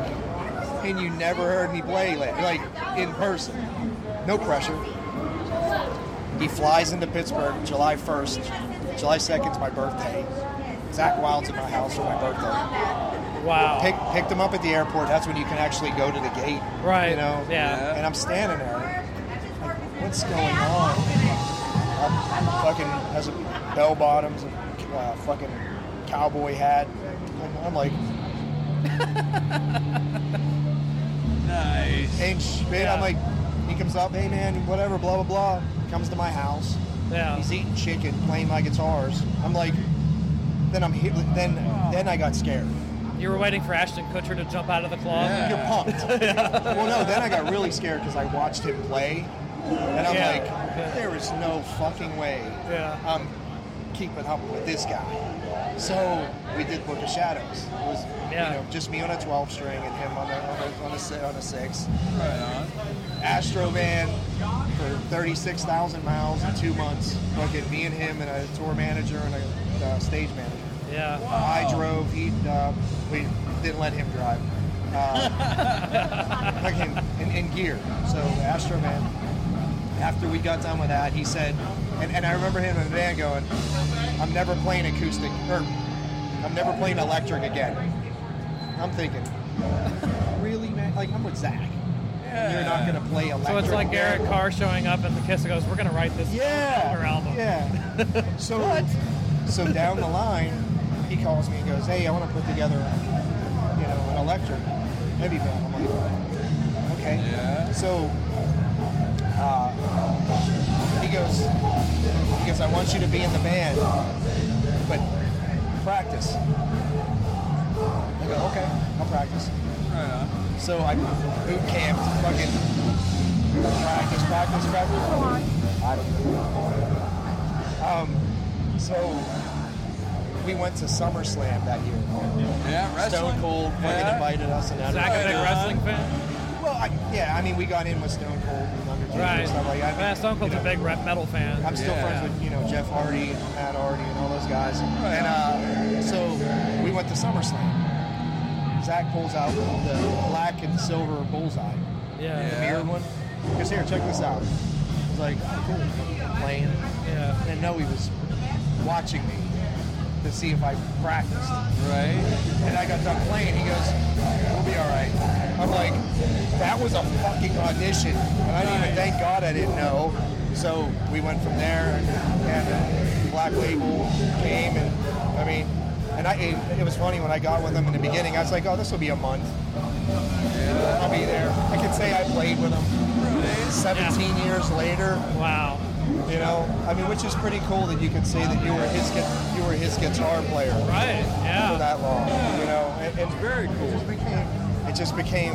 [SPEAKER 13] and you never heard me play like, like in person. No pressure. He flies into Pittsburgh July 1st. July 2nd is my birthday. Zach Wild's at my house for my birthday.
[SPEAKER 7] Wow.
[SPEAKER 13] Pick, picked him up at the airport. That's when you can actually go to the gate.
[SPEAKER 7] Right.
[SPEAKER 13] You know?
[SPEAKER 7] Yeah.
[SPEAKER 13] And I'm standing there. Like, what's going on? i fucking has a bell bottoms and uh, fucking cowboy hat. And I'm like,
[SPEAKER 14] Nice.
[SPEAKER 13] Ain't shit. I'm like, he comes up, hey man, whatever, blah blah blah. Comes to my house.
[SPEAKER 7] Yeah.
[SPEAKER 13] He's eating chicken, playing my guitars. I'm like, then I'm here. Then then I got scared.
[SPEAKER 7] You were waiting for Ashton Kutcher to jump out of the closet.
[SPEAKER 13] You're pumped. well, no, then I got really scared because I watched him play, and I'm
[SPEAKER 7] Yeah.
[SPEAKER 13] like, there is no fucking way I'm keeping up with this guy. So we did Book of Shadows. It was you know just me on a 12 string and him on a on a, on a, si- on a six. Astro van for 36,000 miles in two months. Fucking me and him and a tour manager and a uh, stage manager.
[SPEAKER 7] Yeah.
[SPEAKER 13] I drove. He uh, we didn't let him drive. Uh, <laughs> fucking in, in gear. So Astro man. After we got done with that, he said, and, and I remember him in the van going, "I'm never playing acoustic, or I'm never playing electric again." I'm thinking, really, man? Like I'm with Zach. You're not gonna play electric.
[SPEAKER 7] So it's like Garrett Carr showing up at the Kiss and goes, "We're going to write this
[SPEAKER 13] Yeah.
[SPEAKER 7] cover album." <laughs>
[SPEAKER 13] Yeah. So So down the line, he calls me and goes, "Hey, I want to put together, you know, an electric heavy band." I'm like, "Okay." So uh, he goes, he goes, "I want you to be in the band, but practice." I go, "Okay, I'll practice." So I boot camped, fucking practice, practice, practice. I don't know. Um, so we went to SummerSlam that year.
[SPEAKER 14] Yeah, wrestling.
[SPEAKER 13] Stone Cold fucking
[SPEAKER 14] Yeah.
[SPEAKER 13] invited us. And
[SPEAKER 14] Zach a big wrestling
[SPEAKER 13] fan? Well, I, yeah, I mean, we got in with Stone Cold and Undertaker
[SPEAKER 7] Right.
[SPEAKER 13] and stuff like that. I mean,
[SPEAKER 7] yeah, Stone Cold's a big rep metal fan.
[SPEAKER 13] I'm still friends with you know Jeff Hardy and Matt Hardy and all those guys. And uh, so we went to SummerSlam. Zach pulls out the black and silver bullseye.
[SPEAKER 7] Yeah.
[SPEAKER 13] The mirror one. Because here, check this out. I was like, oh, cool, playing. Yeah. And no, he was watching me to see if I practiced. Right. And I got done playing. He goes, "We'll be all right." I'm like, "That was a fucking audition," and I didn't even thank God I didn't know. So we went from there, and Black Label came, and I mean, and I and it was funny when I got with them in the beginning. I was like, oh, this will be a month. I'll be there. I can say I played with them. 17 years later.
[SPEAKER 7] Wow.
[SPEAKER 13] You know, I mean, which is pretty cool that you can say that you were his gu- you were his guitar player.
[SPEAKER 7] Right. Yeah.
[SPEAKER 13] For that long. You know, and, and very cool. It just became. It just became.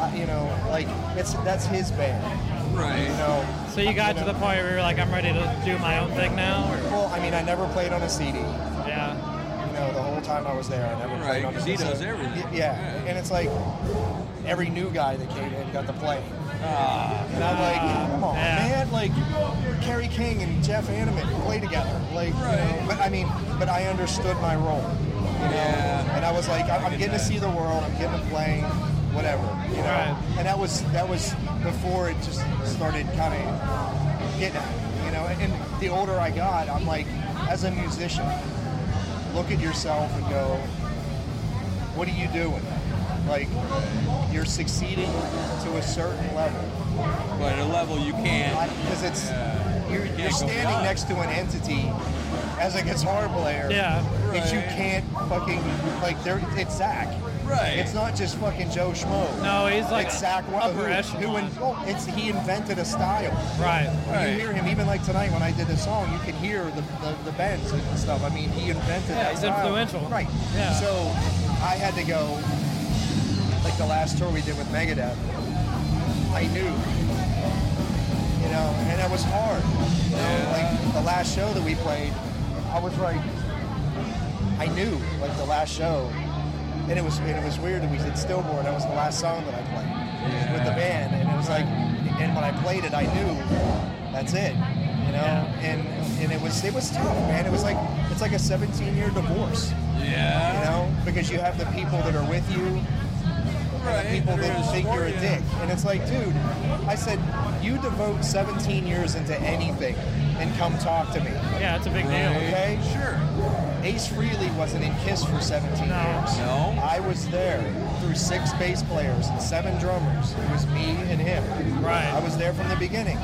[SPEAKER 13] uh, You know, like it's that's his band. You know.
[SPEAKER 15] So you got to the point where you're like, I'm ready to do my own thing now. Or?
[SPEAKER 13] Well, I mean, I never played on a CD.
[SPEAKER 15] Yeah.
[SPEAKER 13] you know, the whole time I was there, I never
[SPEAKER 15] Right,
[SPEAKER 13] played on
[SPEAKER 15] 'cause
[SPEAKER 13] the
[SPEAKER 15] he does
[SPEAKER 13] so-
[SPEAKER 15] everything.
[SPEAKER 13] y- Yeah. and it's like every new guy that came in got to play.
[SPEAKER 15] Ah,
[SPEAKER 13] and I'm like, come on, man! Like Kerry King and Jeff Animate play together. Like, you know, but I mean, but I understood my role. You know? And I was like, I'm, I'm getting to see the world. I'm getting to play, whatever. You know. And that was that was before it just started kind of getting, at me, you know. And the older I got, I'm like, as a musician, look at yourself and go, what are you doing? Like, you're succeeding to a certain level.
[SPEAKER 14] But at a level you can't.
[SPEAKER 13] Because it's, you're,
[SPEAKER 14] can't
[SPEAKER 13] you're
[SPEAKER 14] go
[SPEAKER 13] standing
[SPEAKER 14] beyond.
[SPEAKER 13] next to an entity as a guitar player
[SPEAKER 14] Yeah.
[SPEAKER 13] that you
[SPEAKER 14] Right.
[SPEAKER 13] can't fucking, like, there, it's Zach.
[SPEAKER 14] Right.
[SPEAKER 13] It's not just fucking Joe Schmo.
[SPEAKER 15] No, he's like
[SPEAKER 13] it's Zach Wild,
[SPEAKER 15] upper
[SPEAKER 13] who, who in, oh, it's he invented a style.
[SPEAKER 15] Right.
[SPEAKER 13] You hear him even like tonight when I did this song, you could hear the, the, the bends and stuff. I mean, he invented
[SPEAKER 15] Yeah,
[SPEAKER 13] that
[SPEAKER 15] he's
[SPEAKER 13] style.
[SPEAKER 15] influential.
[SPEAKER 13] Right.
[SPEAKER 15] Yeah.
[SPEAKER 13] So I had to go, like the last tour we did with Megadeth, I knew, you know, and that was hard. You know, Like the last show that we played, I was like, I knew, like the last show, and it was and it was weird that we did Stillborn. That was the last song that I played with the band, and it was like, and when I played it, I knew that's it, you know. And and it was it was tough, man. It was like it's like a 17 year divorce.
[SPEAKER 14] Yeah.
[SPEAKER 13] You know, because you have the people that are with you. And the people that think you're a dick. And it's like, dude, I said, you devote 17 years into anything and come talk to me.
[SPEAKER 15] Yeah, it's a big deal.
[SPEAKER 13] Okay? Sure. Ace Frehley wasn't in KISS for 17 years. No. I was there through six bass players and seven drummers. It was me and him. Right. I was there from the beginning.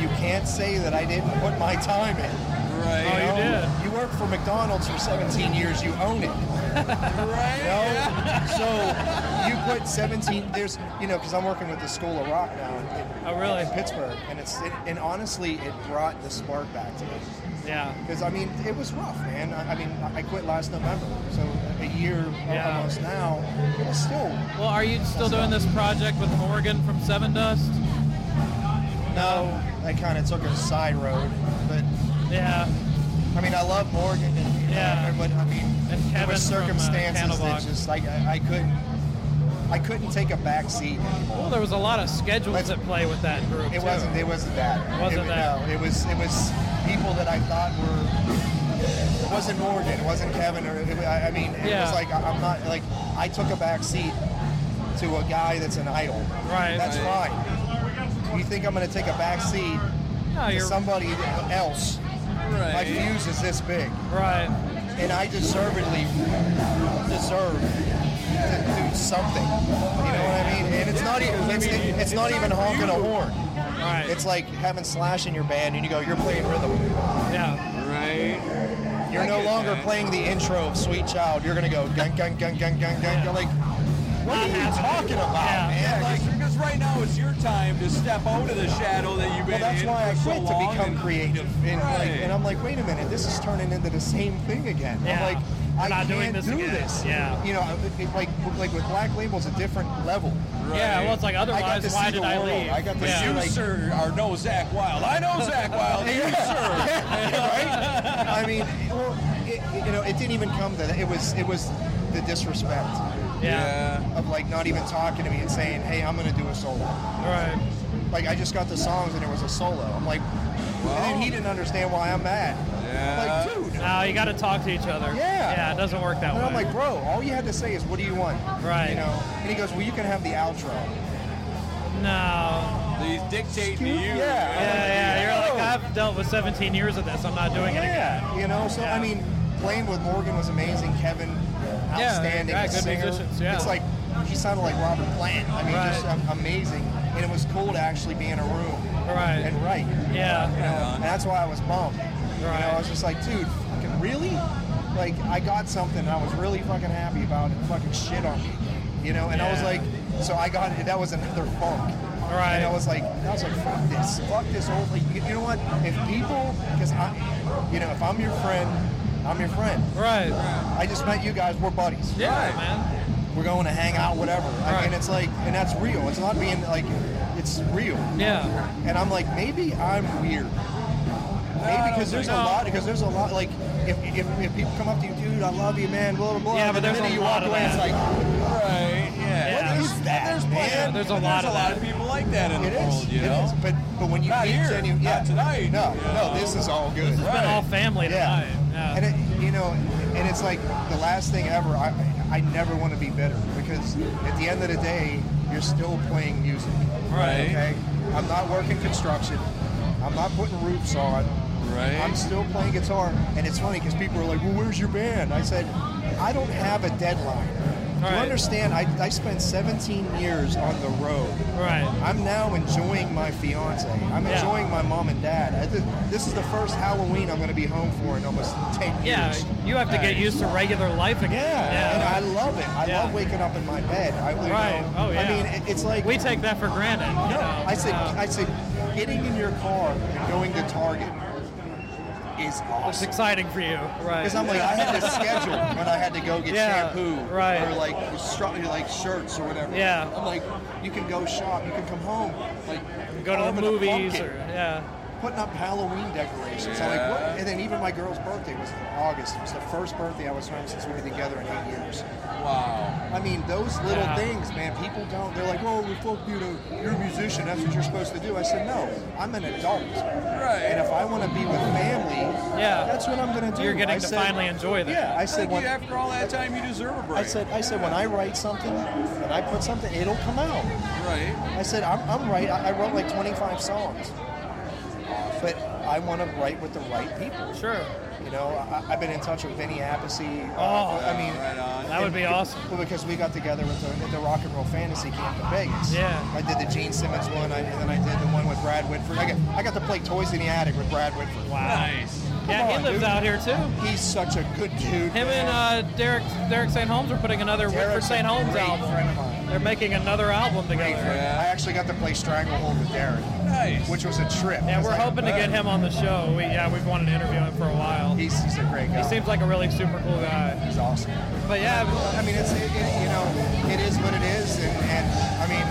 [SPEAKER 13] You can't say that I didn't put my time in. Right.
[SPEAKER 15] Oh, you
[SPEAKER 13] did. You worked for McDonald's for 17 years, you own it. right. So you put 17, there's, you know, because I'm working with the School of Rock now in,
[SPEAKER 15] Oh, really?
[SPEAKER 13] in Pittsburgh, and it's, it, and honestly, it brought the spark back to me.
[SPEAKER 15] Yeah.
[SPEAKER 13] Because I mean, it was rough, man. I, I mean, I I quit last November, so a year almost now. It's still
[SPEAKER 7] Well, are you still doing this project with Morgan from Seven Dust?
[SPEAKER 13] no. I kind of took a side road, but
[SPEAKER 7] yeah.
[SPEAKER 13] I mean, I love Morgan, and, you know, but I mean, there were
[SPEAKER 7] Kevin from, uh,
[SPEAKER 13] circumstances that
[SPEAKER 7] Candlebox.
[SPEAKER 13] just like I, I couldn't. I couldn't take a back seat. Well,
[SPEAKER 7] there was a lot of schedules at play with that group.
[SPEAKER 13] It
[SPEAKER 7] too.
[SPEAKER 13] wasn't. It wasn't that.
[SPEAKER 7] Wasn't
[SPEAKER 13] it,
[SPEAKER 7] that.
[SPEAKER 13] No, it was. It was people that I thought were. It wasn't Morgan. It wasn't Kevin. Or it, I I mean, it
[SPEAKER 7] Yeah.
[SPEAKER 13] was like I- I'm not like I took a back seat to a guy that's an idol.
[SPEAKER 7] Right.
[SPEAKER 13] That's
[SPEAKER 7] Right.
[SPEAKER 13] fine. You think I'm going to take a back seat
[SPEAKER 7] No,
[SPEAKER 13] to
[SPEAKER 7] you're-
[SPEAKER 13] somebody else?
[SPEAKER 7] Right.
[SPEAKER 13] My fuse is this big.
[SPEAKER 7] Right.
[SPEAKER 13] And I deservedly deserve to do something. You know what I mean? And it's not even it's, it's not even honking a horn.
[SPEAKER 7] Right.
[SPEAKER 13] It's like having Slash in your band, and you go, "You're playing rhythm."
[SPEAKER 7] Yeah.
[SPEAKER 13] Right. You're
[SPEAKER 7] I
[SPEAKER 13] no
[SPEAKER 7] get
[SPEAKER 13] longer
[SPEAKER 7] that.
[SPEAKER 13] playing the intro of "Sweet Child." You're gonna go gun gun gun gun gun gun. You're like, what are you talking about, man? Like,
[SPEAKER 14] Because right now it's your time to step out of the shadow that you've
[SPEAKER 13] well,
[SPEAKER 14] been
[SPEAKER 13] that's
[SPEAKER 14] in
[SPEAKER 13] why I
[SPEAKER 14] for so
[SPEAKER 13] quit to
[SPEAKER 14] long
[SPEAKER 13] become
[SPEAKER 14] and-
[SPEAKER 13] creative. And, like,
[SPEAKER 14] Right.
[SPEAKER 13] and I'm like, wait a minute, this is turning into the same thing again.
[SPEAKER 14] Yeah.
[SPEAKER 13] I'm like,
[SPEAKER 14] We're
[SPEAKER 13] I
[SPEAKER 14] not
[SPEAKER 13] can't
[SPEAKER 14] doing this
[SPEAKER 13] do
[SPEAKER 14] again.
[SPEAKER 13] this.
[SPEAKER 14] Yeah.
[SPEAKER 13] You know, it- it- like like with Black Label's a different level.
[SPEAKER 14] Yeah, well, it's like,
[SPEAKER 13] I got
[SPEAKER 14] otherwise,
[SPEAKER 13] to see
[SPEAKER 14] why
[SPEAKER 13] the
[SPEAKER 14] did I
[SPEAKER 13] world.
[SPEAKER 14] leave?
[SPEAKER 13] I got to
[SPEAKER 14] Yeah.
[SPEAKER 13] see,
[SPEAKER 14] You,
[SPEAKER 13] like-
[SPEAKER 14] sir, are no Zach Wild. I know Zach Wild. You,
[SPEAKER 13] <laughs> Yeah, right? I mean, well, it, it- you know, it didn't even come to that. It was it was the disrespect.
[SPEAKER 14] Yeah.
[SPEAKER 13] Of like not even talking to me and saying, "Hey, I'm gonna do a solo."
[SPEAKER 7] Right.
[SPEAKER 13] Like I just got the songs and it was a solo. I'm like, and then he didn't understand why I'm mad.
[SPEAKER 15] Yeah.
[SPEAKER 13] Like, dude.
[SPEAKER 15] No, you got to talk to each other.
[SPEAKER 13] Yeah.
[SPEAKER 15] Yeah, it doesn't work that
[SPEAKER 13] And
[SPEAKER 15] way.
[SPEAKER 13] I'm like, bro, all you had to say is, "What do you want?"
[SPEAKER 15] Right.
[SPEAKER 13] You know. And he goes, "Well, you can have the outro."
[SPEAKER 15] no.
[SPEAKER 14] These dictate to you.
[SPEAKER 15] Yeah. Yeah, yeah. You're like, I've dealt with 17 years of this. I'm not doing it again.
[SPEAKER 13] Yeah. You know. So I mean, playing with Morgan was amazing. Kevin,
[SPEAKER 15] Yeah,
[SPEAKER 13] outstanding.
[SPEAKER 15] yeah,
[SPEAKER 13] the
[SPEAKER 15] good
[SPEAKER 13] singer.
[SPEAKER 15] musicians, yeah.
[SPEAKER 13] It's like he sounded like Robert Plant. I mean, just um, amazing. And it was cool to actually be in a room.
[SPEAKER 7] Right.
[SPEAKER 13] And write.
[SPEAKER 7] Yeah.
[SPEAKER 13] You know, and that's why I was bummed. You know, I was just like, dude, fucking really? Like, I got something and I was really fucking happy about it. Fucking shit on me, you know? And I was
[SPEAKER 15] Yeah.
[SPEAKER 13] like, so I got it. That was another funk.
[SPEAKER 15] Right.
[SPEAKER 13] And I was like, I was like, fuck this, fuck this whole thing. You, you know what? If people, because I, you know, if I'm your friend, I'm your friend.
[SPEAKER 7] Right.
[SPEAKER 13] I just met you guys. We're buddies.
[SPEAKER 7] Yeah, man.
[SPEAKER 13] We're going to hang out, whatever. I mean, it's like, and that's real. It's not being like, it's real.
[SPEAKER 7] Yeah.
[SPEAKER 13] And I'm like, maybe I'm weird. Maybe because there's a
[SPEAKER 7] no.
[SPEAKER 13] lot. Because there's a lot. Like, if, if, if people come up to you, dude, I love you, man. Blah blah blah.
[SPEAKER 7] Yeah,
[SPEAKER 13] the
[SPEAKER 7] but there's
[SPEAKER 13] minute
[SPEAKER 7] a
[SPEAKER 13] you walk
[SPEAKER 7] lot of
[SPEAKER 13] away,
[SPEAKER 7] that.
[SPEAKER 13] it's like,
[SPEAKER 14] right?
[SPEAKER 13] Yeah. What is that? There's man.
[SPEAKER 14] there's a lot of that. people like that in the
[SPEAKER 13] It is.
[SPEAKER 14] world, you
[SPEAKER 13] It
[SPEAKER 14] know?
[SPEAKER 13] is. But but when you
[SPEAKER 14] Not
[SPEAKER 13] meet
[SPEAKER 14] here.
[SPEAKER 13] genuine, yeah,
[SPEAKER 14] Not tonight.
[SPEAKER 13] No,
[SPEAKER 14] you know?
[SPEAKER 13] no, this is all good.
[SPEAKER 14] This has been Right. all family
[SPEAKER 13] yeah.
[SPEAKER 14] tonight. Yeah.
[SPEAKER 13] And it, you know, and it's like the last thing ever. I I never want to be bitter because at the end of the day, you're still playing music.
[SPEAKER 14] Right.
[SPEAKER 13] Okay. I'm not working construction. I'm not putting roofs on.
[SPEAKER 14] Right.
[SPEAKER 13] I'm still playing guitar, and it's funny because people are like, "Well, where's your band?" I said, "I don't have a deadline." Do You
[SPEAKER 7] Right.
[SPEAKER 13] understand? I, I spent 17 years on the road.
[SPEAKER 7] Right.
[SPEAKER 13] I'm now enjoying my fiance. I'm
[SPEAKER 7] Yeah.
[SPEAKER 13] enjoying my mom and dad. I, thi- this is the first Halloween I'm going to be home for in almost 10
[SPEAKER 7] Yeah,
[SPEAKER 13] years.
[SPEAKER 7] you have to get used to regular life again.
[SPEAKER 13] Yeah, and
[SPEAKER 7] Yeah.
[SPEAKER 13] I love it. I love waking up in my bed. I, you
[SPEAKER 7] Right.
[SPEAKER 13] know,
[SPEAKER 7] Oh, yeah.
[SPEAKER 13] I mean, it- it's like
[SPEAKER 7] we take that for granted.
[SPEAKER 13] no,
[SPEAKER 7] you know?
[SPEAKER 13] I said,
[SPEAKER 7] Uh,
[SPEAKER 13] I said, getting in your car and going to Target is awesome. It's
[SPEAKER 7] exciting for you, right?
[SPEAKER 13] Because I'm like, I had
[SPEAKER 7] <laughs>
[SPEAKER 13] to schedule when I had to go get
[SPEAKER 7] Yeah,
[SPEAKER 13] shampoo,
[SPEAKER 7] right.
[SPEAKER 13] Or like, stru- like shirts or whatever.
[SPEAKER 7] Yeah.
[SPEAKER 13] I'm like, you can go shop, you can come home, like
[SPEAKER 7] go to
[SPEAKER 13] arm
[SPEAKER 7] the
[SPEAKER 13] in a
[SPEAKER 7] movies
[SPEAKER 13] bucket,
[SPEAKER 7] or yeah.
[SPEAKER 13] Putting up Halloween decorations. I'm like,
[SPEAKER 7] Yeah.
[SPEAKER 13] what? And then even my girl's birthday was in August. It was the first birthday I was home since we've been together in eight years. Wow. I mean, those little
[SPEAKER 7] Yeah.
[SPEAKER 13] things, man, people don't, they're like, oh, we folk you to, you're a musician, that's what you're supposed to do. I said, no, I'm an adult. Right. And if I want to be with family,
[SPEAKER 7] Yeah.
[SPEAKER 13] that's what I'm going to do.
[SPEAKER 7] You're getting
[SPEAKER 13] I
[SPEAKER 7] to
[SPEAKER 13] said-
[SPEAKER 7] finally enjoy that.
[SPEAKER 13] Yeah, I
[SPEAKER 14] Thank
[SPEAKER 13] said,
[SPEAKER 14] you.
[SPEAKER 13] when,
[SPEAKER 14] after all that time, you deserve a break.
[SPEAKER 13] I said, I said, when I write something and I put something, it'll come out.
[SPEAKER 14] Right.
[SPEAKER 13] I said, I'm, I'm right. I, I wrote like 25 songs, but I want to write with the right people.
[SPEAKER 7] Sure.
[SPEAKER 13] You know, I, I've been in touch with Vinny Appice. uh,
[SPEAKER 7] Oh,
[SPEAKER 13] I mean,
[SPEAKER 7] right on. That would
[SPEAKER 13] and-
[SPEAKER 7] be awesome.
[SPEAKER 13] Well, because we got together with the, at the Rock and Roll Fantasy Camp in Vegas.
[SPEAKER 7] Yeah.
[SPEAKER 13] I did the Gene Simmons one, I, and then I did the one with Brad Whitford. I got, I got to play Toys in the Attic with Brad Whitford.
[SPEAKER 7] Wow. Nice. Yeah,
[SPEAKER 13] Come
[SPEAKER 7] he
[SPEAKER 13] on,
[SPEAKER 7] lives
[SPEAKER 13] dude.
[SPEAKER 7] out here too.
[SPEAKER 13] He's such a good dude.
[SPEAKER 7] Him
[SPEAKER 13] man.
[SPEAKER 7] and uh, Derek Derek St. Holmes are putting another Whitford St. Holmes album. They're making another album together.
[SPEAKER 13] I actually got to play Stranglehold with Derek.
[SPEAKER 7] Nice.
[SPEAKER 13] Which was a trip. uh,
[SPEAKER 7] Yeah,
[SPEAKER 13] It's
[SPEAKER 7] we're
[SPEAKER 13] like,
[SPEAKER 7] hoping to get him on the show. We, yeah, we've wanted to interview him for a while.
[SPEAKER 13] He's, he's a great guy.
[SPEAKER 7] He seems like a really super cool guy.
[SPEAKER 13] He's awesome.
[SPEAKER 7] But yeah,
[SPEAKER 13] I mean, it's it, it- you know, it is what it is, and, and I mean,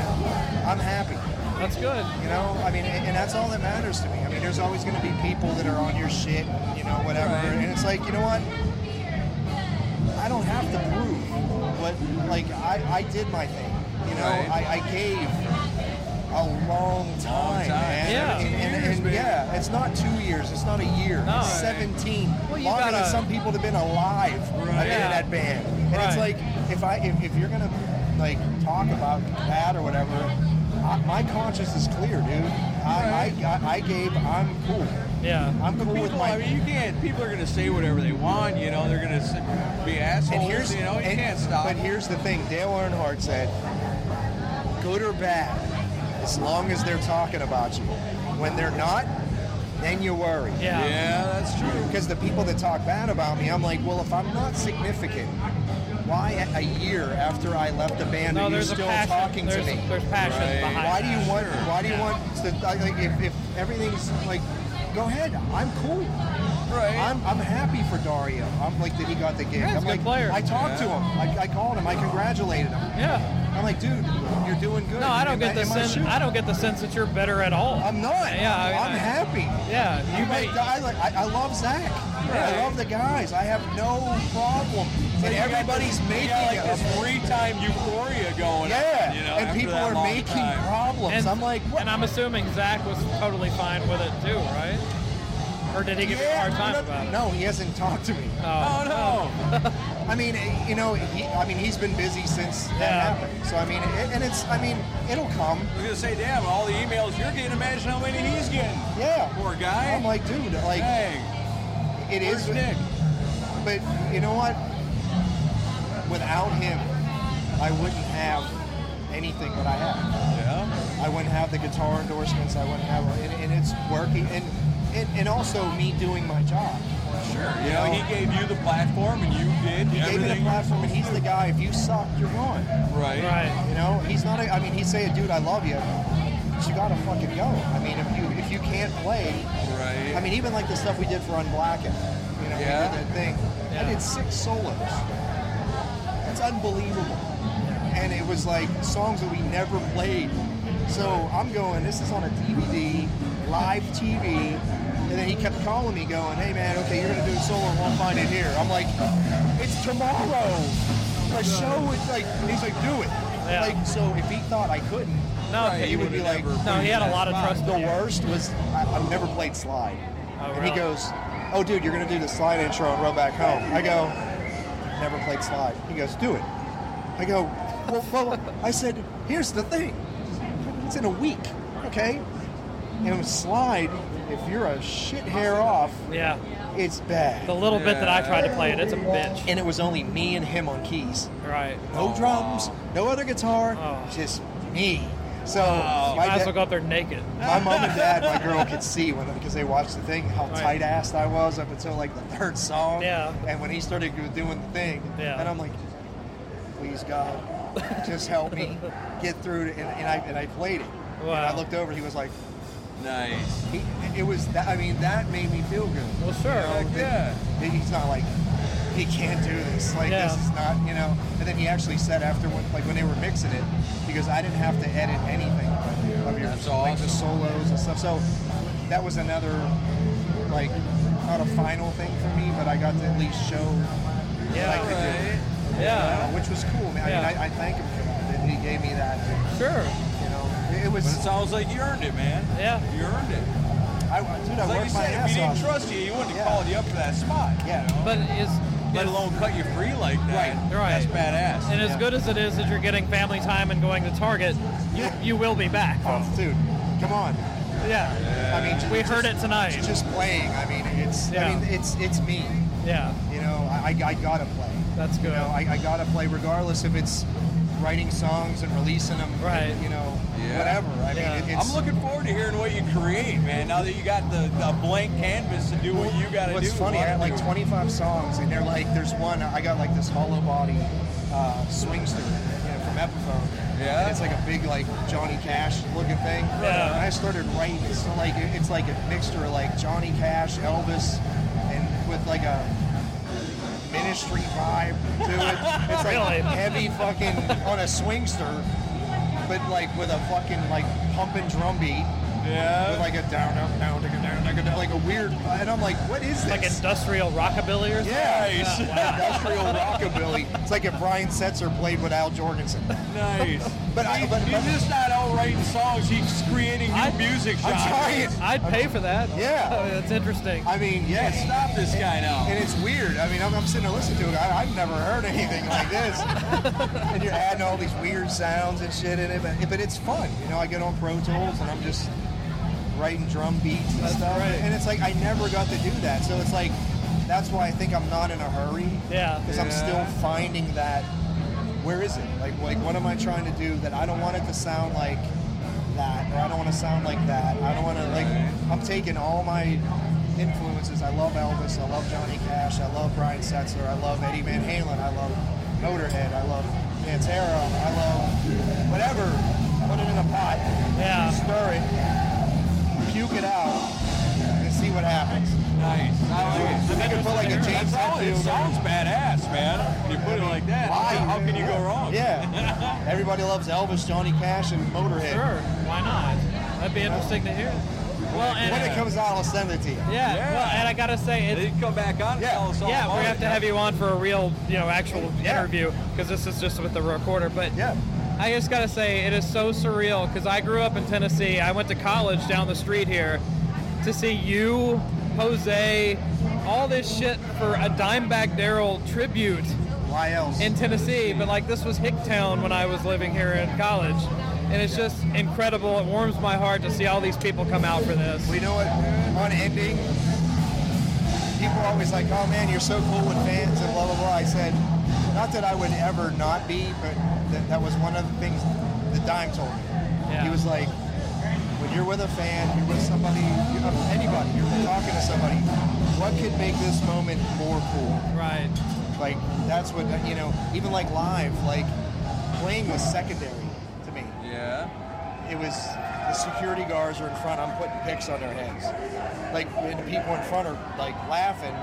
[SPEAKER 13] I'm happy.
[SPEAKER 7] That's good.
[SPEAKER 13] You know, I mean, and, and that's all that matters to me. I mean, there's always going to be people that are on your shit, you know, whatever,
[SPEAKER 14] Right.
[SPEAKER 13] and it's like, you know what? I don't have to prove, but like, I, I did my thing. You know,
[SPEAKER 14] Right.
[SPEAKER 13] I, I gave a long time,
[SPEAKER 14] time.
[SPEAKER 13] man.
[SPEAKER 14] Yeah.
[SPEAKER 13] and, and-
[SPEAKER 14] 17 years,
[SPEAKER 13] and,
[SPEAKER 14] baby.
[SPEAKER 13] yeah, it's not two years, it's not a year,
[SPEAKER 14] No.
[SPEAKER 13] it's 17.
[SPEAKER 14] Well, you
[SPEAKER 13] Longer than
[SPEAKER 14] gotta-
[SPEAKER 13] some people that have been alive have
[SPEAKER 14] Right.
[SPEAKER 13] been in that band. And it's
[SPEAKER 14] Right.
[SPEAKER 13] like if I if, if you're gonna like talk about that or whatever, I, my conscience is clear, dude. I, I, I, I gave. I'm cool.
[SPEAKER 7] Yeah.
[SPEAKER 13] I'm cool with
[SPEAKER 14] People,
[SPEAKER 13] my.
[SPEAKER 14] I mean, you can't. People are going to say whatever they want. You know, they're going to be assholes. you know, you
[SPEAKER 13] and-
[SPEAKER 14] can't stop.
[SPEAKER 13] But here's the thing: Dale Earnhardt said, "Good or bad, as long as they're talking about you. When they're not, then you worry."
[SPEAKER 14] Yeah. Yeah, that's true.
[SPEAKER 13] Because the people that talk bad about me, I'm like, well, if I'm not significant, why a- a year after I left the band
[SPEAKER 7] No,
[SPEAKER 13] are you
[SPEAKER 7] there's a
[SPEAKER 13] still
[SPEAKER 7] passion.
[SPEAKER 13] talking
[SPEAKER 7] There's-
[SPEAKER 13] to me?
[SPEAKER 7] there's passion Right. behind
[SPEAKER 13] Why do
[SPEAKER 7] that.
[SPEAKER 13] you want? Why do you
[SPEAKER 7] Yeah.
[SPEAKER 13] want? To, I- like, if, if everything's like, go ahead. I'm cool. Right. I'm, I'm happy for Dario. I'm like that he got the gig.
[SPEAKER 7] Yeah,
[SPEAKER 13] I'm
[SPEAKER 7] he's a good
[SPEAKER 13] like,
[SPEAKER 7] player.
[SPEAKER 13] I talked to
[SPEAKER 7] Yeah.
[SPEAKER 13] him. I, I called him. I congratulated him.
[SPEAKER 7] Yeah.
[SPEAKER 13] I'm like, dude, you're doing good.
[SPEAKER 7] No, I don't
[SPEAKER 13] Am
[SPEAKER 7] get the
[SPEAKER 13] am I
[SPEAKER 7] sense.
[SPEAKER 13] sure?
[SPEAKER 7] I don't get the sense that you're better at all. I'm
[SPEAKER 13] not.
[SPEAKER 7] Yeah, I,
[SPEAKER 13] I'm
[SPEAKER 7] I-
[SPEAKER 13] happy.
[SPEAKER 7] Yeah, you
[SPEAKER 13] I'm like,
[SPEAKER 7] may-
[SPEAKER 13] I, like, I, I love Zach.
[SPEAKER 14] Right.
[SPEAKER 13] I love the guys. I have no problem.
[SPEAKER 14] So
[SPEAKER 13] and
[SPEAKER 14] you got
[SPEAKER 13] everybody's
[SPEAKER 14] this- you
[SPEAKER 13] making
[SPEAKER 14] got like
[SPEAKER 13] a-
[SPEAKER 14] this three-time euphoria going.
[SPEAKER 13] Yeah,
[SPEAKER 14] on, you know,
[SPEAKER 13] and
[SPEAKER 14] after
[SPEAKER 13] people
[SPEAKER 14] that
[SPEAKER 13] are
[SPEAKER 14] long
[SPEAKER 13] making
[SPEAKER 14] time.
[SPEAKER 13] problems.
[SPEAKER 7] And,
[SPEAKER 13] I'm like,
[SPEAKER 7] and I'm assuming Zach was totally fine with it too, right? Or did he give you a hard time
[SPEAKER 13] no,
[SPEAKER 7] about it?
[SPEAKER 13] No, he hasn't talked to me.
[SPEAKER 7] Oh.
[SPEAKER 13] no. I mean, you know, he, I mean, he's been busy since
[SPEAKER 14] Yeah.
[SPEAKER 13] that happened. So I mean, it, and it's, I mean, it'll come.
[SPEAKER 14] We're gonna say, damn, all the emails you're getting. Imagine how many he's getting.
[SPEAKER 13] Yeah.
[SPEAKER 14] Poor guy.
[SPEAKER 13] I'm like, dude, like, it is. But you know what? Without him, I wouldn't have anything that I have.
[SPEAKER 14] Yeah.
[SPEAKER 13] I wouldn't have the guitar endorsements. I wouldn't have, and, and it's working. And and, and also me doing my job. Sure.
[SPEAKER 14] You know, he gave you the platform and you did
[SPEAKER 13] He gave me the
[SPEAKER 14] everything.
[SPEAKER 13] platform, and he's the guy. If you suck, you're gone.
[SPEAKER 14] Right.
[SPEAKER 13] You know, he's not. A, I mean, he'd say, "Dude, I love you," but you gotta fucking go. I mean, if you if you can't play,
[SPEAKER 14] right?
[SPEAKER 13] I mean, even like the stuff we did for Unblackened. You know,
[SPEAKER 14] Yeah.
[SPEAKER 13] we did that thing. I did six solos. That's unbelievable. And it was like songs that we never played. So I'm going. This is on a DVD, live TV. And then he kept calling me, going, "Hey man, okay, you're gonna do a solo. and We'll find it here." I'm like, "It's tomorrow. The show is like." and He's like, "Do it." Like so, if he thought I couldn't,
[SPEAKER 7] No,
[SPEAKER 13] he,
[SPEAKER 7] he
[SPEAKER 13] would be
[SPEAKER 7] would've
[SPEAKER 13] like,
[SPEAKER 7] never No, he had a lot of trust
[SPEAKER 13] The
[SPEAKER 7] in you.
[SPEAKER 13] worst was I, I've never played slide, and he
[SPEAKER 7] really?
[SPEAKER 13] goes, "Oh, dude, you're gonna do the slide intro and row back home." I go, "Never played slide." He goes, "Do it." I go, "Well, well," I said, "Here's the thing. It's in a week, okay?" And with slide, if you're a shit hair off,
[SPEAKER 7] yeah,
[SPEAKER 13] it's bad.
[SPEAKER 7] The little bit that I tried to play it, it's a bitch.
[SPEAKER 13] And it was only me and him on keys.
[SPEAKER 7] Right.
[SPEAKER 13] No drums, no other guitar, just me. So
[SPEAKER 7] Oh. you
[SPEAKER 13] my
[SPEAKER 7] might as
[SPEAKER 13] da-
[SPEAKER 7] well go up there naked.
[SPEAKER 13] my mom and dad, my
[SPEAKER 7] <laughs>
[SPEAKER 13] girl could see when because they watched the thing how tight assed I was up until like the third song. Yeah. And when he started doing the thing, yeah. and I'm like, please God, just help
[SPEAKER 7] <laughs>
[SPEAKER 13] me get through it. And, and I and I played it. And I looked over. He was like,
[SPEAKER 14] nice.
[SPEAKER 13] He, it was that. I mean, that made me feel good. Well, sure. oh, yeah. he's not like he can't do this. Like
[SPEAKER 7] Yeah.
[SPEAKER 13] this is not you know. And then he actually said after when, like when they were mixing it, he goes, I didn't have to edit anything of your like the solos and stuff. So that was another like not a final thing for me, but I got to at least show what I could do.
[SPEAKER 7] Yeah.
[SPEAKER 13] Uh, which was cool, man. I mean,
[SPEAKER 14] Yeah.
[SPEAKER 13] I, I thank him for that. that He gave me that. Sure. You know, it was.
[SPEAKER 14] But it sounds like you earned it, man. Yeah. You earned it.
[SPEAKER 13] I, dude, I
[SPEAKER 14] like
[SPEAKER 13] worked
[SPEAKER 14] you
[SPEAKER 13] my
[SPEAKER 14] said, if
[SPEAKER 13] ass
[SPEAKER 14] we didn't
[SPEAKER 13] off.
[SPEAKER 14] <laughs> trust you, you wouldn't have
[SPEAKER 13] Yeah.
[SPEAKER 14] called you up for that spot.
[SPEAKER 13] Yeah.
[SPEAKER 14] But
[SPEAKER 7] is
[SPEAKER 14] let alone cut you free like that.
[SPEAKER 7] Right.
[SPEAKER 14] That's badass.
[SPEAKER 7] And as good as it is that you're getting family time and going to Target, you, you will be back.
[SPEAKER 13] Oh, dude, come on.
[SPEAKER 7] Yeah.
[SPEAKER 13] I mean, ju-
[SPEAKER 7] we
[SPEAKER 13] just-
[SPEAKER 7] heard it tonight.
[SPEAKER 13] Just playing. I mean, it's. I
[SPEAKER 7] Yeah.
[SPEAKER 13] mean, it's it's me.
[SPEAKER 7] Yeah.
[SPEAKER 13] You know, I, I, I gotta play. That's good. You know, I, I gotta play regardless if it's writing songs and releasing them. Right. You know, whatever. I mean, it, it's.
[SPEAKER 14] I'm looking forward to hearing what you create, man. Now that you got the, the blank canvas to do what you got to do.
[SPEAKER 13] What's funny,
[SPEAKER 14] why
[SPEAKER 13] I had
[SPEAKER 14] don't
[SPEAKER 13] like
[SPEAKER 14] you-
[SPEAKER 13] 25 songs, and they're like, there's one, I got like this hollow body uh, swingster you know, from Epiphone.
[SPEAKER 14] Yeah.
[SPEAKER 13] And it's like a big, like, Johnny Cash looking thing.
[SPEAKER 14] Yeah.
[SPEAKER 13] And I started writing it, so like, it- it's like a mixture of like Johnny Cash, Elvis, and with like a ministry vibe to it.
[SPEAKER 14] <laughs>
[SPEAKER 13] It's like
[SPEAKER 7] Really?
[SPEAKER 13] heavy fucking on a swingster, but like with a fucking like pumping drum beat.
[SPEAKER 14] Yeah.
[SPEAKER 13] With like a down, down, down, down, down, down, down, like a weird. And I'm like, what is this?
[SPEAKER 7] Like industrial rockabilly or something?
[SPEAKER 13] Yeah,
[SPEAKER 7] Yeah,
[SPEAKER 13] industrial <laughs> rockabilly. It's like if Brian Setzer played with Al
[SPEAKER 7] <laughs>
[SPEAKER 13] Jorgensen.
[SPEAKER 14] <laughs> Nice.
[SPEAKER 13] But I, but,
[SPEAKER 14] He's just not out writing songs. He's creating new music.
[SPEAKER 13] I'm
[SPEAKER 14] genres.
[SPEAKER 13] trying.
[SPEAKER 7] I'd pay for that. Oh,
[SPEAKER 13] Yeah.
[SPEAKER 7] That's interesting.
[SPEAKER 13] I mean, yeah.
[SPEAKER 14] Yeah, stop this guy now.
[SPEAKER 13] And it's weird. I mean, I'm, I'm sitting there listening to it. I, I've never heard anything like this. and you're adding all these weird sounds and shit in it, but, but it's fun. You know, I get on Pro Tools and I'm just writing drum beats and stuff. And it's like I never got to do that. So it's like that's why I think I'm not in a hurry.
[SPEAKER 7] Yeah.
[SPEAKER 13] Because I'm
[SPEAKER 7] Yeah.
[SPEAKER 13] still finding that. Where is it? Like, like what am I trying to do that I don't want it to sound like that, or I don't want to sound like that. I don't want to like. I'm taking all my influences. I love Elvis. I love Johnny Cash. I love Brian Setzer. I love Eddie Van Halen. I love Motorhead. I love Pantera. I love whatever. Put it in a pot.
[SPEAKER 7] Yeah.
[SPEAKER 13] Stir it. Puke it out. And see what happens.
[SPEAKER 14] Nice. I like it.
[SPEAKER 13] If I could put like a James
[SPEAKER 14] That's all- It
[SPEAKER 13] Hetfield-
[SPEAKER 14] sounds badass, man. You put it like that. How,
[SPEAKER 13] why?
[SPEAKER 14] how can you go wrong?
[SPEAKER 13] Yeah. Everybody loves Elvis, Johnny Cash, and Motorhead.
[SPEAKER 7] Sure. Why not? That'd be interesting to hear. Well, and
[SPEAKER 13] when it comes out, I'll send it to you.
[SPEAKER 7] Yeah, well, and I gotta say, it,
[SPEAKER 14] come back on.
[SPEAKER 7] Yeah,
[SPEAKER 14] us all
[SPEAKER 7] yeah,
[SPEAKER 14] about
[SPEAKER 7] we have
[SPEAKER 14] it.
[SPEAKER 7] to have you on for a real, you know, actual interview because this is just with the recorder. But yeah, I just gotta say, it is so surreal because I grew up in Tennessee. I went to college down the street here. To see you, Jose, all this shit for a Dimebag Daryl tribute.
[SPEAKER 13] Why else?
[SPEAKER 7] In Tennessee, but like this was Hicktown when I was living here in college. And it's just incredible. It warms my heart to see all these people come out for this.
[SPEAKER 13] We know it on ending. People are always like, oh man, you're so cool with fans and blah, blah, blah. I said, not that I would ever not be, but that, that was one of the things that Dime told me. He was like, when You're with a fan. You're with somebody. You know, anybody. You're talking to somebody. What could make this moment more cool?
[SPEAKER 7] Right.
[SPEAKER 13] Like that's what you know. Even like live, like playing was secondary to me.
[SPEAKER 10] Yeah.
[SPEAKER 13] It was the security guards are in front. I'm putting picks on their heads. Like and the people in front are like laughing.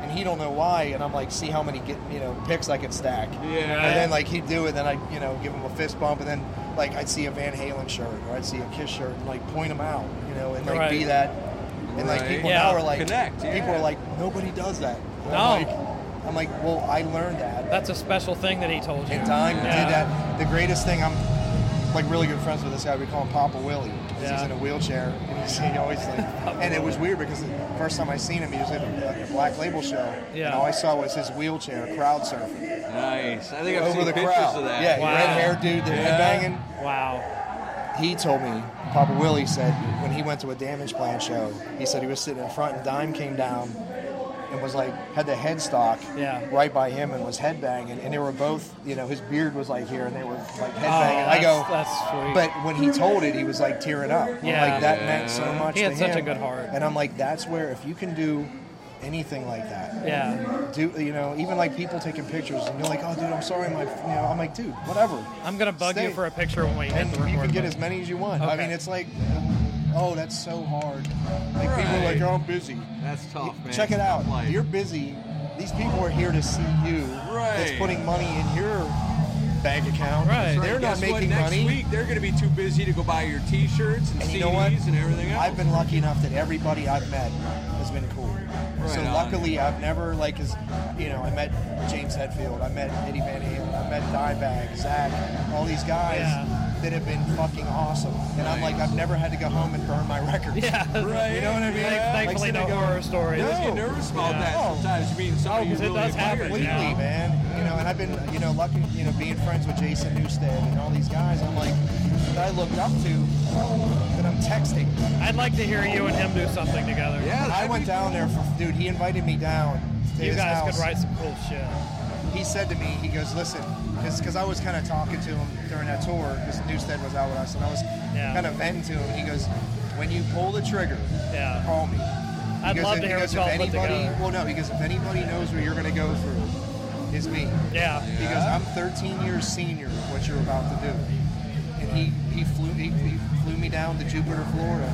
[SPEAKER 13] And he don't know why, and I'm like, see how many get you know picks I could stack.
[SPEAKER 14] Yeah.
[SPEAKER 13] And then like he'd do it, then I would you know give him a fist bump, and then like I'd see a Van Halen shirt or I'd see a Kiss shirt, and like point him out, you know, and like
[SPEAKER 7] Right.
[SPEAKER 13] be that. And like
[SPEAKER 7] Right.
[SPEAKER 13] people
[SPEAKER 7] Yeah.
[SPEAKER 13] now are like,
[SPEAKER 7] Connect, yeah.
[SPEAKER 13] people are like, nobody does that. And I'm
[SPEAKER 7] No.
[SPEAKER 13] like, I'm like, well, I learned that.
[SPEAKER 7] That's a special thing that he told you.
[SPEAKER 13] And Dime
[SPEAKER 7] Yeah.
[SPEAKER 13] did that. The greatest thing, I'm like really good friends with this guy. We call him Papa Willie. 'cause He's
[SPEAKER 7] Yeah.
[SPEAKER 13] in a wheelchair, and he's, he always like.
[SPEAKER 7] <laughs>
[SPEAKER 13] and it was weird because the first time I seen him, he was at a, a Black Label show, and
[SPEAKER 14] Yeah.
[SPEAKER 13] all I saw was his wheelchair crowd surfing.
[SPEAKER 14] Nice. I think I've
[SPEAKER 13] over
[SPEAKER 14] seen
[SPEAKER 13] the
[SPEAKER 14] pictures
[SPEAKER 13] crowd.
[SPEAKER 14] of that.
[SPEAKER 13] Yeah, red hair dude, the
[SPEAKER 14] Yeah.
[SPEAKER 13] headbanging.
[SPEAKER 7] Wow.
[SPEAKER 13] He told me, Papa Willie said, when he went to a Damage Plan show, he said he was sitting in front and Dime came down and was like, had the headstock
[SPEAKER 7] Yeah.
[SPEAKER 13] right by him and was headbanging. And they were both, you know, his beard was like here and they were like
[SPEAKER 7] Oh,
[SPEAKER 13] headbanging. I go,
[SPEAKER 7] that's- that's sweet.
[SPEAKER 13] But when he told it, he was like tearing up. I'm
[SPEAKER 7] Yeah.
[SPEAKER 13] Like that
[SPEAKER 7] Yeah.
[SPEAKER 13] meant so much
[SPEAKER 7] He had
[SPEAKER 13] to
[SPEAKER 7] such a
[SPEAKER 13] him.
[SPEAKER 7] good heart.
[SPEAKER 13] And I'm like, that's where, if you can do anything like that.
[SPEAKER 7] Yeah.
[SPEAKER 13] Do you know even like people taking pictures and they're like, oh dude, I'm sorry, my you know I'm like, dude, whatever.
[SPEAKER 7] I'm gonna bug
[SPEAKER 13] Stay.
[SPEAKER 7] you for a picture when we hit
[SPEAKER 13] And
[SPEAKER 7] the
[SPEAKER 13] you
[SPEAKER 7] record
[SPEAKER 13] can get
[SPEAKER 7] button.
[SPEAKER 13] as many as you want. I
[SPEAKER 7] Okay.
[SPEAKER 13] mean, it's like, oh, that's so hard. Like people are like,
[SPEAKER 14] Right.
[SPEAKER 13] oh, I'm busy.
[SPEAKER 14] That's tough, man.
[SPEAKER 13] Check it out. You're busy. These people are here to see you.
[SPEAKER 14] Right.
[SPEAKER 13] That's putting money in your bank account.
[SPEAKER 14] That's right.
[SPEAKER 13] They're
[SPEAKER 14] Guess
[SPEAKER 13] not
[SPEAKER 14] what?
[SPEAKER 13] making
[SPEAKER 14] Next
[SPEAKER 13] money.
[SPEAKER 14] week they're going to be too busy to go buy your T-shirts and,
[SPEAKER 13] And
[SPEAKER 14] CDs
[SPEAKER 13] you know what?
[SPEAKER 14] and everything else.
[SPEAKER 13] I've been lucky enough that everybody I've met has been cool. so
[SPEAKER 14] Right on.
[SPEAKER 13] luckily, I've never like, as you know, I met James Hetfield, I met Eddie Van Halen, I met Dimebag, Zach, all these guys that have been fucking awesome. And I'm like, I've never had to go home and burn my <laughs> records.
[SPEAKER 7] Yeah,
[SPEAKER 14] Right.
[SPEAKER 13] You know what I mean?
[SPEAKER 14] Yeah.
[SPEAKER 13] Like,
[SPEAKER 14] Thankfully,
[SPEAKER 13] sitting
[SPEAKER 14] no
[SPEAKER 13] there going,
[SPEAKER 14] horror stories. Oh,
[SPEAKER 13] No.
[SPEAKER 14] You get nervous about that sometimes. You mean somebody you
[SPEAKER 13] 'cause
[SPEAKER 14] really admire.
[SPEAKER 13] completely,
[SPEAKER 14] Yeah.
[SPEAKER 13] man. You know, and I've been, you know, lucky, you know, being friends with Jason Newstead and all these guys. I'm like, that I looked up to, that I'm texting.
[SPEAKER 7] I'd like to hear you and him do something together.
[SPEAKER 13] I went down there for dude. He invited me down. To
[SPEAKER 7] You
[SPEAKER 13] his
[SPEAKER 7] guys
[SPEAKER 13] house.
[SPEAKER 7] could write some cool shit.
[SPEAKER 13] He said to me, he goes, "Listen," because I was kind of talking to him during that tour because Newstead was out with us, and I was
[SPEAKER 7] Yeah.
[SPEAKER 13] kind of venting to him. He goes, "When you pull the trigger,
[SPEAKER 7] yeah.
[SPEAKER 13] call me." He
[SPEAKER 7] I'd
[SPEAKER 13] goes,
[SPEAKER 7] love
[SPEAKER 13] "If-
[SPEAKER 7] to hear
[SPEAKER 13] he goes,
[SPEAKER 7] what's
[SPEAKER 13] if
[SPEAKER 7] all put
[SPEAKER 13] anybody.
[SPEAKER 7] together."
[SPEAKER 13] Well, no, because if anybody knows what you're going to go through, is me.
[SPEAKER 7] Yeah.
[SPEAKER 13] Because I'm 13 years senior of what you're about to do. And he, he flew he, he flew me down to Jupiter, Florida,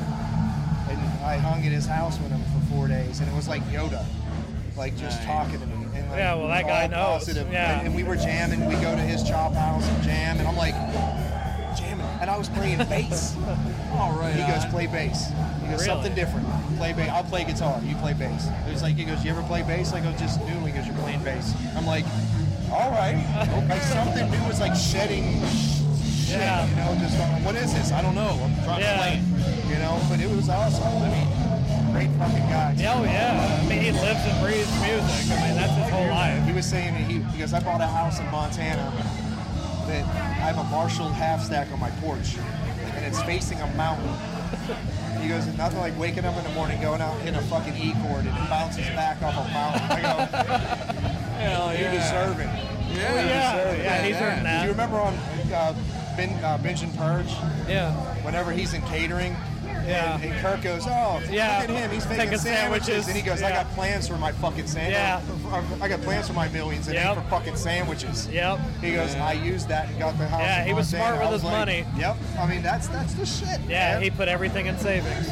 [SPEAKER 13] and I hung at his house with him for four days, and it was like Yoda, like just talking to me. And like,
[SPEAKER 7] Yeah, well, that guy
[SPEAKER 13] all
[SPEAKER 7] knows.
[SPEAKER 13] positive.
[SPEAKER 7] Yeah.
[SPEAKER 13] And, and we were jamming. We go to his chop house and jam, and I'm like jamming, and I was playing bass.
[SPEAKER 3] <laughs>
[SPEAKER 14] All right.
[SPEAKER 13] He goes, play bass. He goes,
[SPEAKER 14] Really?
[SPEAKER 13] something different. Play bass. I'll play guitar. You play bass. It was like, he goes, you ever play bass? I go, just new. He goes, you're playing bass. I'm like, all right. Like something new is like shedding shit. You know, just going, what is this? I don't know. I'm trying
[SPEAKER 7] Yeah.
[SPEAKER 13] to play. it," You know, but it was awesome. I mean, great fucking guy.
[SPEAKER 7] Oh yeah. I mean, he lives and breathes music. I mean, that's his whole life.
[SPEAKER 13] He was saying that he because I bought a house in Montana that I have a Marshall half stack on my porch and it's facing a mountain. He goes, "It's nothing like waking up in the morning, going out in a fucking E chord and it bounces back off a mountain. I go,
[SPEAKER 14] Hell
[SPEAKER 13] you
[SPEAKER 14] yeah.
[SPEAKER 13] deserve it.
[SPEAKER 14] Yeah.
[SPEAKER 13] You
[SPEAKER 14] Yeah.
[SPEAKER 13] deserve it.
[SPEAKER 14] Yeah, he's earned that.
[SPEAKER 13] Do you remember on uh, ben, uh, Binge and Purge?
[SPEAKER 7] <laughs> Yeah.
[SPEAKER 13] Whenever he's in catering. Yeah. And, and Kirk goes, oh,
[SPEAKER 7] Yeah.
[SPEAKER 13] look at him. He's
[SPEAKER 7] Taking
[SPEAKER 13] making sandwiches.
[SPEAKER 7] sandwiches.
[SPEAKER 13] And he goes, I
[SPEAKER 7] Yeah.
[SPEAKER 13] got plans for my fucking sandwich. uh,
[SPEAKER 7] Yeah.
[SPEAKER 13] I got plans for my millions and
[SPEAKER 7] Yep.
[SPEAKER 13] for fucking sandwiches.
[SPEAKER 7] Yep.
[SPEAKER 13] He goes,
[SPEAKER 7] Yeah.
[SPEAKER 13] I used that and got the house.
[SPEAKER 7] Yeah,
[SPEAKER 13] in
[SPEAKER 7] he was
[SPEAKER 13] Montana."
[SPEAKER 7] smart with
[SPEAKER 13] I was
[SPEAKER 7] his
[SPEAKER 13] like,
[SPEAKER 7] money.
[SPEAKER 13] Yep. I mean, that's that's the shit.
[SPEAKER 7] Yeah,
[SPEAKER 13] man.
[SPEAKER 7] he put everything in savings.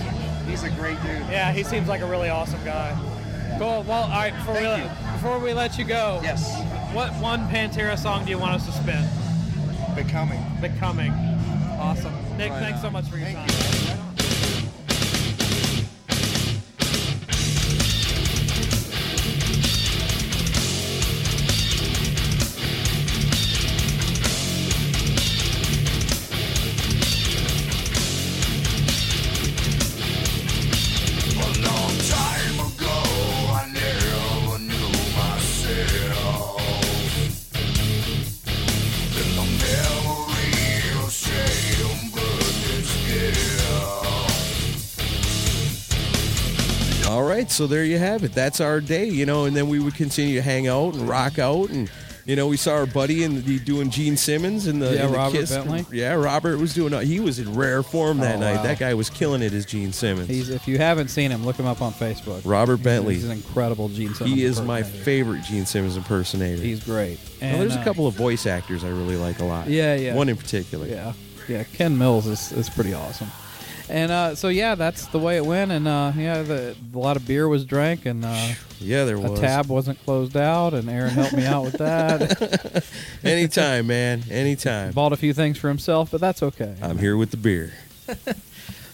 [SPEAKER 13] He's a great dude.
[SPEAKER 7] Yeah, he seems like a really awesome guy. Cool. Well, all right. Before we let, before we let you go,
[SPEAKER 13] yes.
[SPEAKER 7] What one Pantera song do you want us to spin?
[SPEAKER 13] Becoming.
[SPEAKER 7] Becoming. Awesome. Nick,
[SPEAKER 13] Right
[SPEAKER 7] thanks
[SPEAKER 13] on.
[SPEAKER 7] so much for your time.
[SPEAKER 12] A long time ago, I never knew myself. And the memory of shame burned its gift.
[SPEAKER 2] All right, so there you have it. That's our day, you know, and then we would continue to hang out and rock out and You know, we saw our buddy in the doing Gene Simmons and the,
[SPEAKER 3] Yeah,
[SPEAKER 2] in the
[SPEAKER 3] Robert
[SPEAKER 2] Kiss.
[SPEAKER 3] Bentley.
[SPEAKER 2] Yeah, Robert was doing. He was in rare form that
[SPEAKER 3] Oh,
[SPEAKER 2] night.
[SPEAKER 3] wow.
[SPEAKER 2] That guy was killing it as Gene Simmons.
[SPEAKER 3] He's, if you haven't seen him, look him up on Facebook.
[SPEAKER 2] Robert
[SPEAKER 3] He's-
[SPEAKER 2] Bentley.
[SPEAKER 3] He's an incredible Gene Simmons.
[SPEAKER 2] he is my
[SPEAKER 3] impersonator.
[SPEAKER 2] favorite Gene Simmons impersonator.
[SPEAKER 3] He's great.
[SPEAKER 2] Now,
[SPEAKER 3] And,
[SPEAKER 2] there's a
[SPEAKER 3] uh,
[SPEAKER 2] couple of voice actors I really like a lot.
[SPEAKER 3] Yeah, yeah.
[SPEAKER 2] One in particular.
[SPEAKER 3] Yeah, yeah. Ken Mills is, is pretty awesome. And uh, so yeah, that's the way it went. And uh, yeah, the, a lot of beer was drank, and uh,
[SPEAKER 2] Yeah, there
[SPEAKER 3] a
[SPEAKER 2] was.
[SPEAKER 3] tab wasn't closed out. And Aaron helped me out with that.
[SPEAKER 2] <laughs> anytime, man. Anytime.
[SPEAKER 3] Bought a few things for himself, <laughs> but that's okay.
[SPEAKER 2] I'm here with the beer.
[SPEAKER 3] <laughs>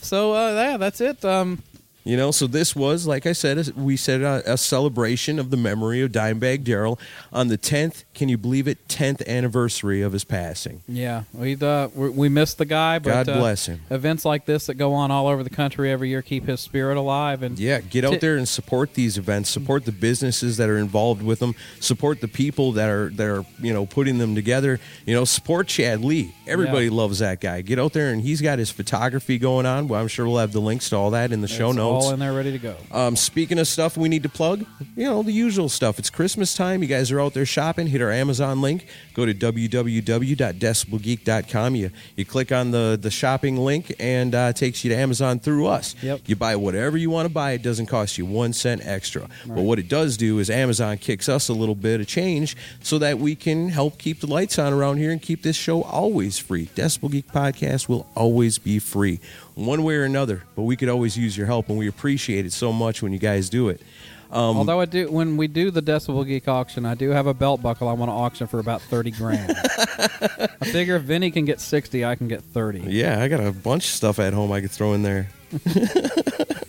[SPEAKER 3] So uh, yeah, that's it. Um,
[SPEAKER 2] You know, so this was, like I said, a- we said uh, a, a celebration of the memory of Dimebag Daryl on the 10th, can you believe it, 10th anniversary of his passing.
[SPEAKER 3] yeah, we uh, we we missed the guy. But,
[SPEAKER 2] God
[SPEAKER 3] uh,
[SPEAKER 2] bless him.
[SPEAKER 3] Events like this that go on all over the country every year keep his spirit alive. And
[SPEAKER 2] Yeah, get out
[SPEAKER 3] Ti-
[SPEAKER 2] there and support these events, support the businesses that are involved with them, support the people that are that are, you know, putting them together. You know, support Chad Lee. Everybody
[SPEAKER 3] Yeah.
[SPEAKER 2] loves that guy. Get out there and he's got his photography going on. Well, I'm sure we'll have the links to all that in the show
[SPEAKER 3] it's
[SPEAKER 2] notes.
[SPEAKER 3] all in there ready to go.
[SPEAKER 2] Um, speaking of stuff we need to plug, you know, the usual stuff. It's Christmas time. You guys are out there shopping. Hit our Amazon link. Go to www.decibelgeek.com. You, you click on the, the shopping link and uh, it takes you to Amazon through us.
[SPEAKER 3] Yep.
[SPEAKER 2] You buy whatever you want to buy. It doesn't cost you one cent extra. But what it does do is Amazon kicks us a little bit of change so that we can help keep the lights on around here and keep this show always free. Decibel Geek Podcast will always be free, one way or another. But we could always use your help, and we appreciate it so much when you guys do it. Um,
[SPEAKER 3] Although I do, when we do the Decibel Geek auction, I do have a belt buckle I want to auction for about thirty
[SPEAKER 2] <laughs>
[SPEAKER 3] grand. I figure if Vinny can get sixty, I can get thirty.
[SPEAKER 2] yeah, I got a bunch of stuff at home I could throw in there.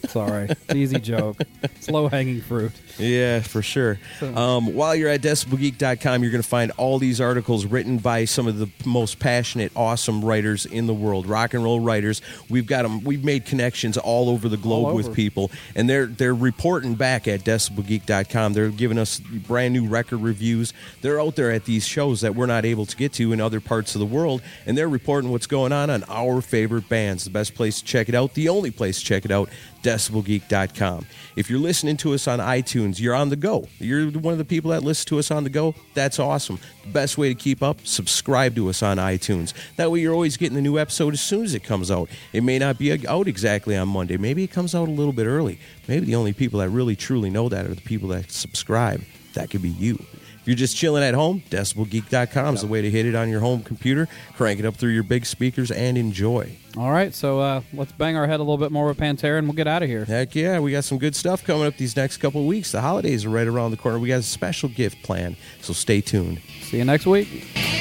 [SPEAKER 3] Sorry, it's an easy joke. It's low hanging fruit.
[SPEAKER 2] Yeah, for sure.
[SPEAKER 3] So-
[SPEAKER 2] Um, while you're at decibelgeek.com, you're going to find all these articles written by some of the most passionate, awesome writers in the world, rock and roll writers. We've got them. We've made connections all over the globe
[SPEAKER 16] All
[SPEAKER 2] with
[SPEAKER 16] over.
[SPEAKER 2] people, and they're they're reporting back at decibelgeek.com. They're giving us brand new record reviews. They're out there at these shows that we're not able to get to in other parts of the world, and they're reporting what's going on on our favorite bands. The best place to check it out, the only place to check it out, decibelgeek.com. If you're listening to us on iTunes, you're on the go. You're one of the people that listen to us on the go. That's awesome. The best way to keep up, subscribe to us on iTunes. That way you're always getting the new episode as soon as it comes out. It may not be out exactly on Monday. Maybe it comes out a little bit early. Maybe the only people that really truly know that are the people that subscribe. That could be you. If you're just chilling at home, decibelgeek.com is the way to hit it on your home computer, crank it up through your big speakers, and enjoy.
[SPEAKER 3] All right, so uh, let's bang our head a little bit more with Pantera, and we'll get out of here.
[SPEAKER 2] Heck yeah, we got some good stuff coming up these next couple of weeks. The holidays are right around the corner. We got a special gift planned, so stay tuned.
[SPEAKER 3] See you next week.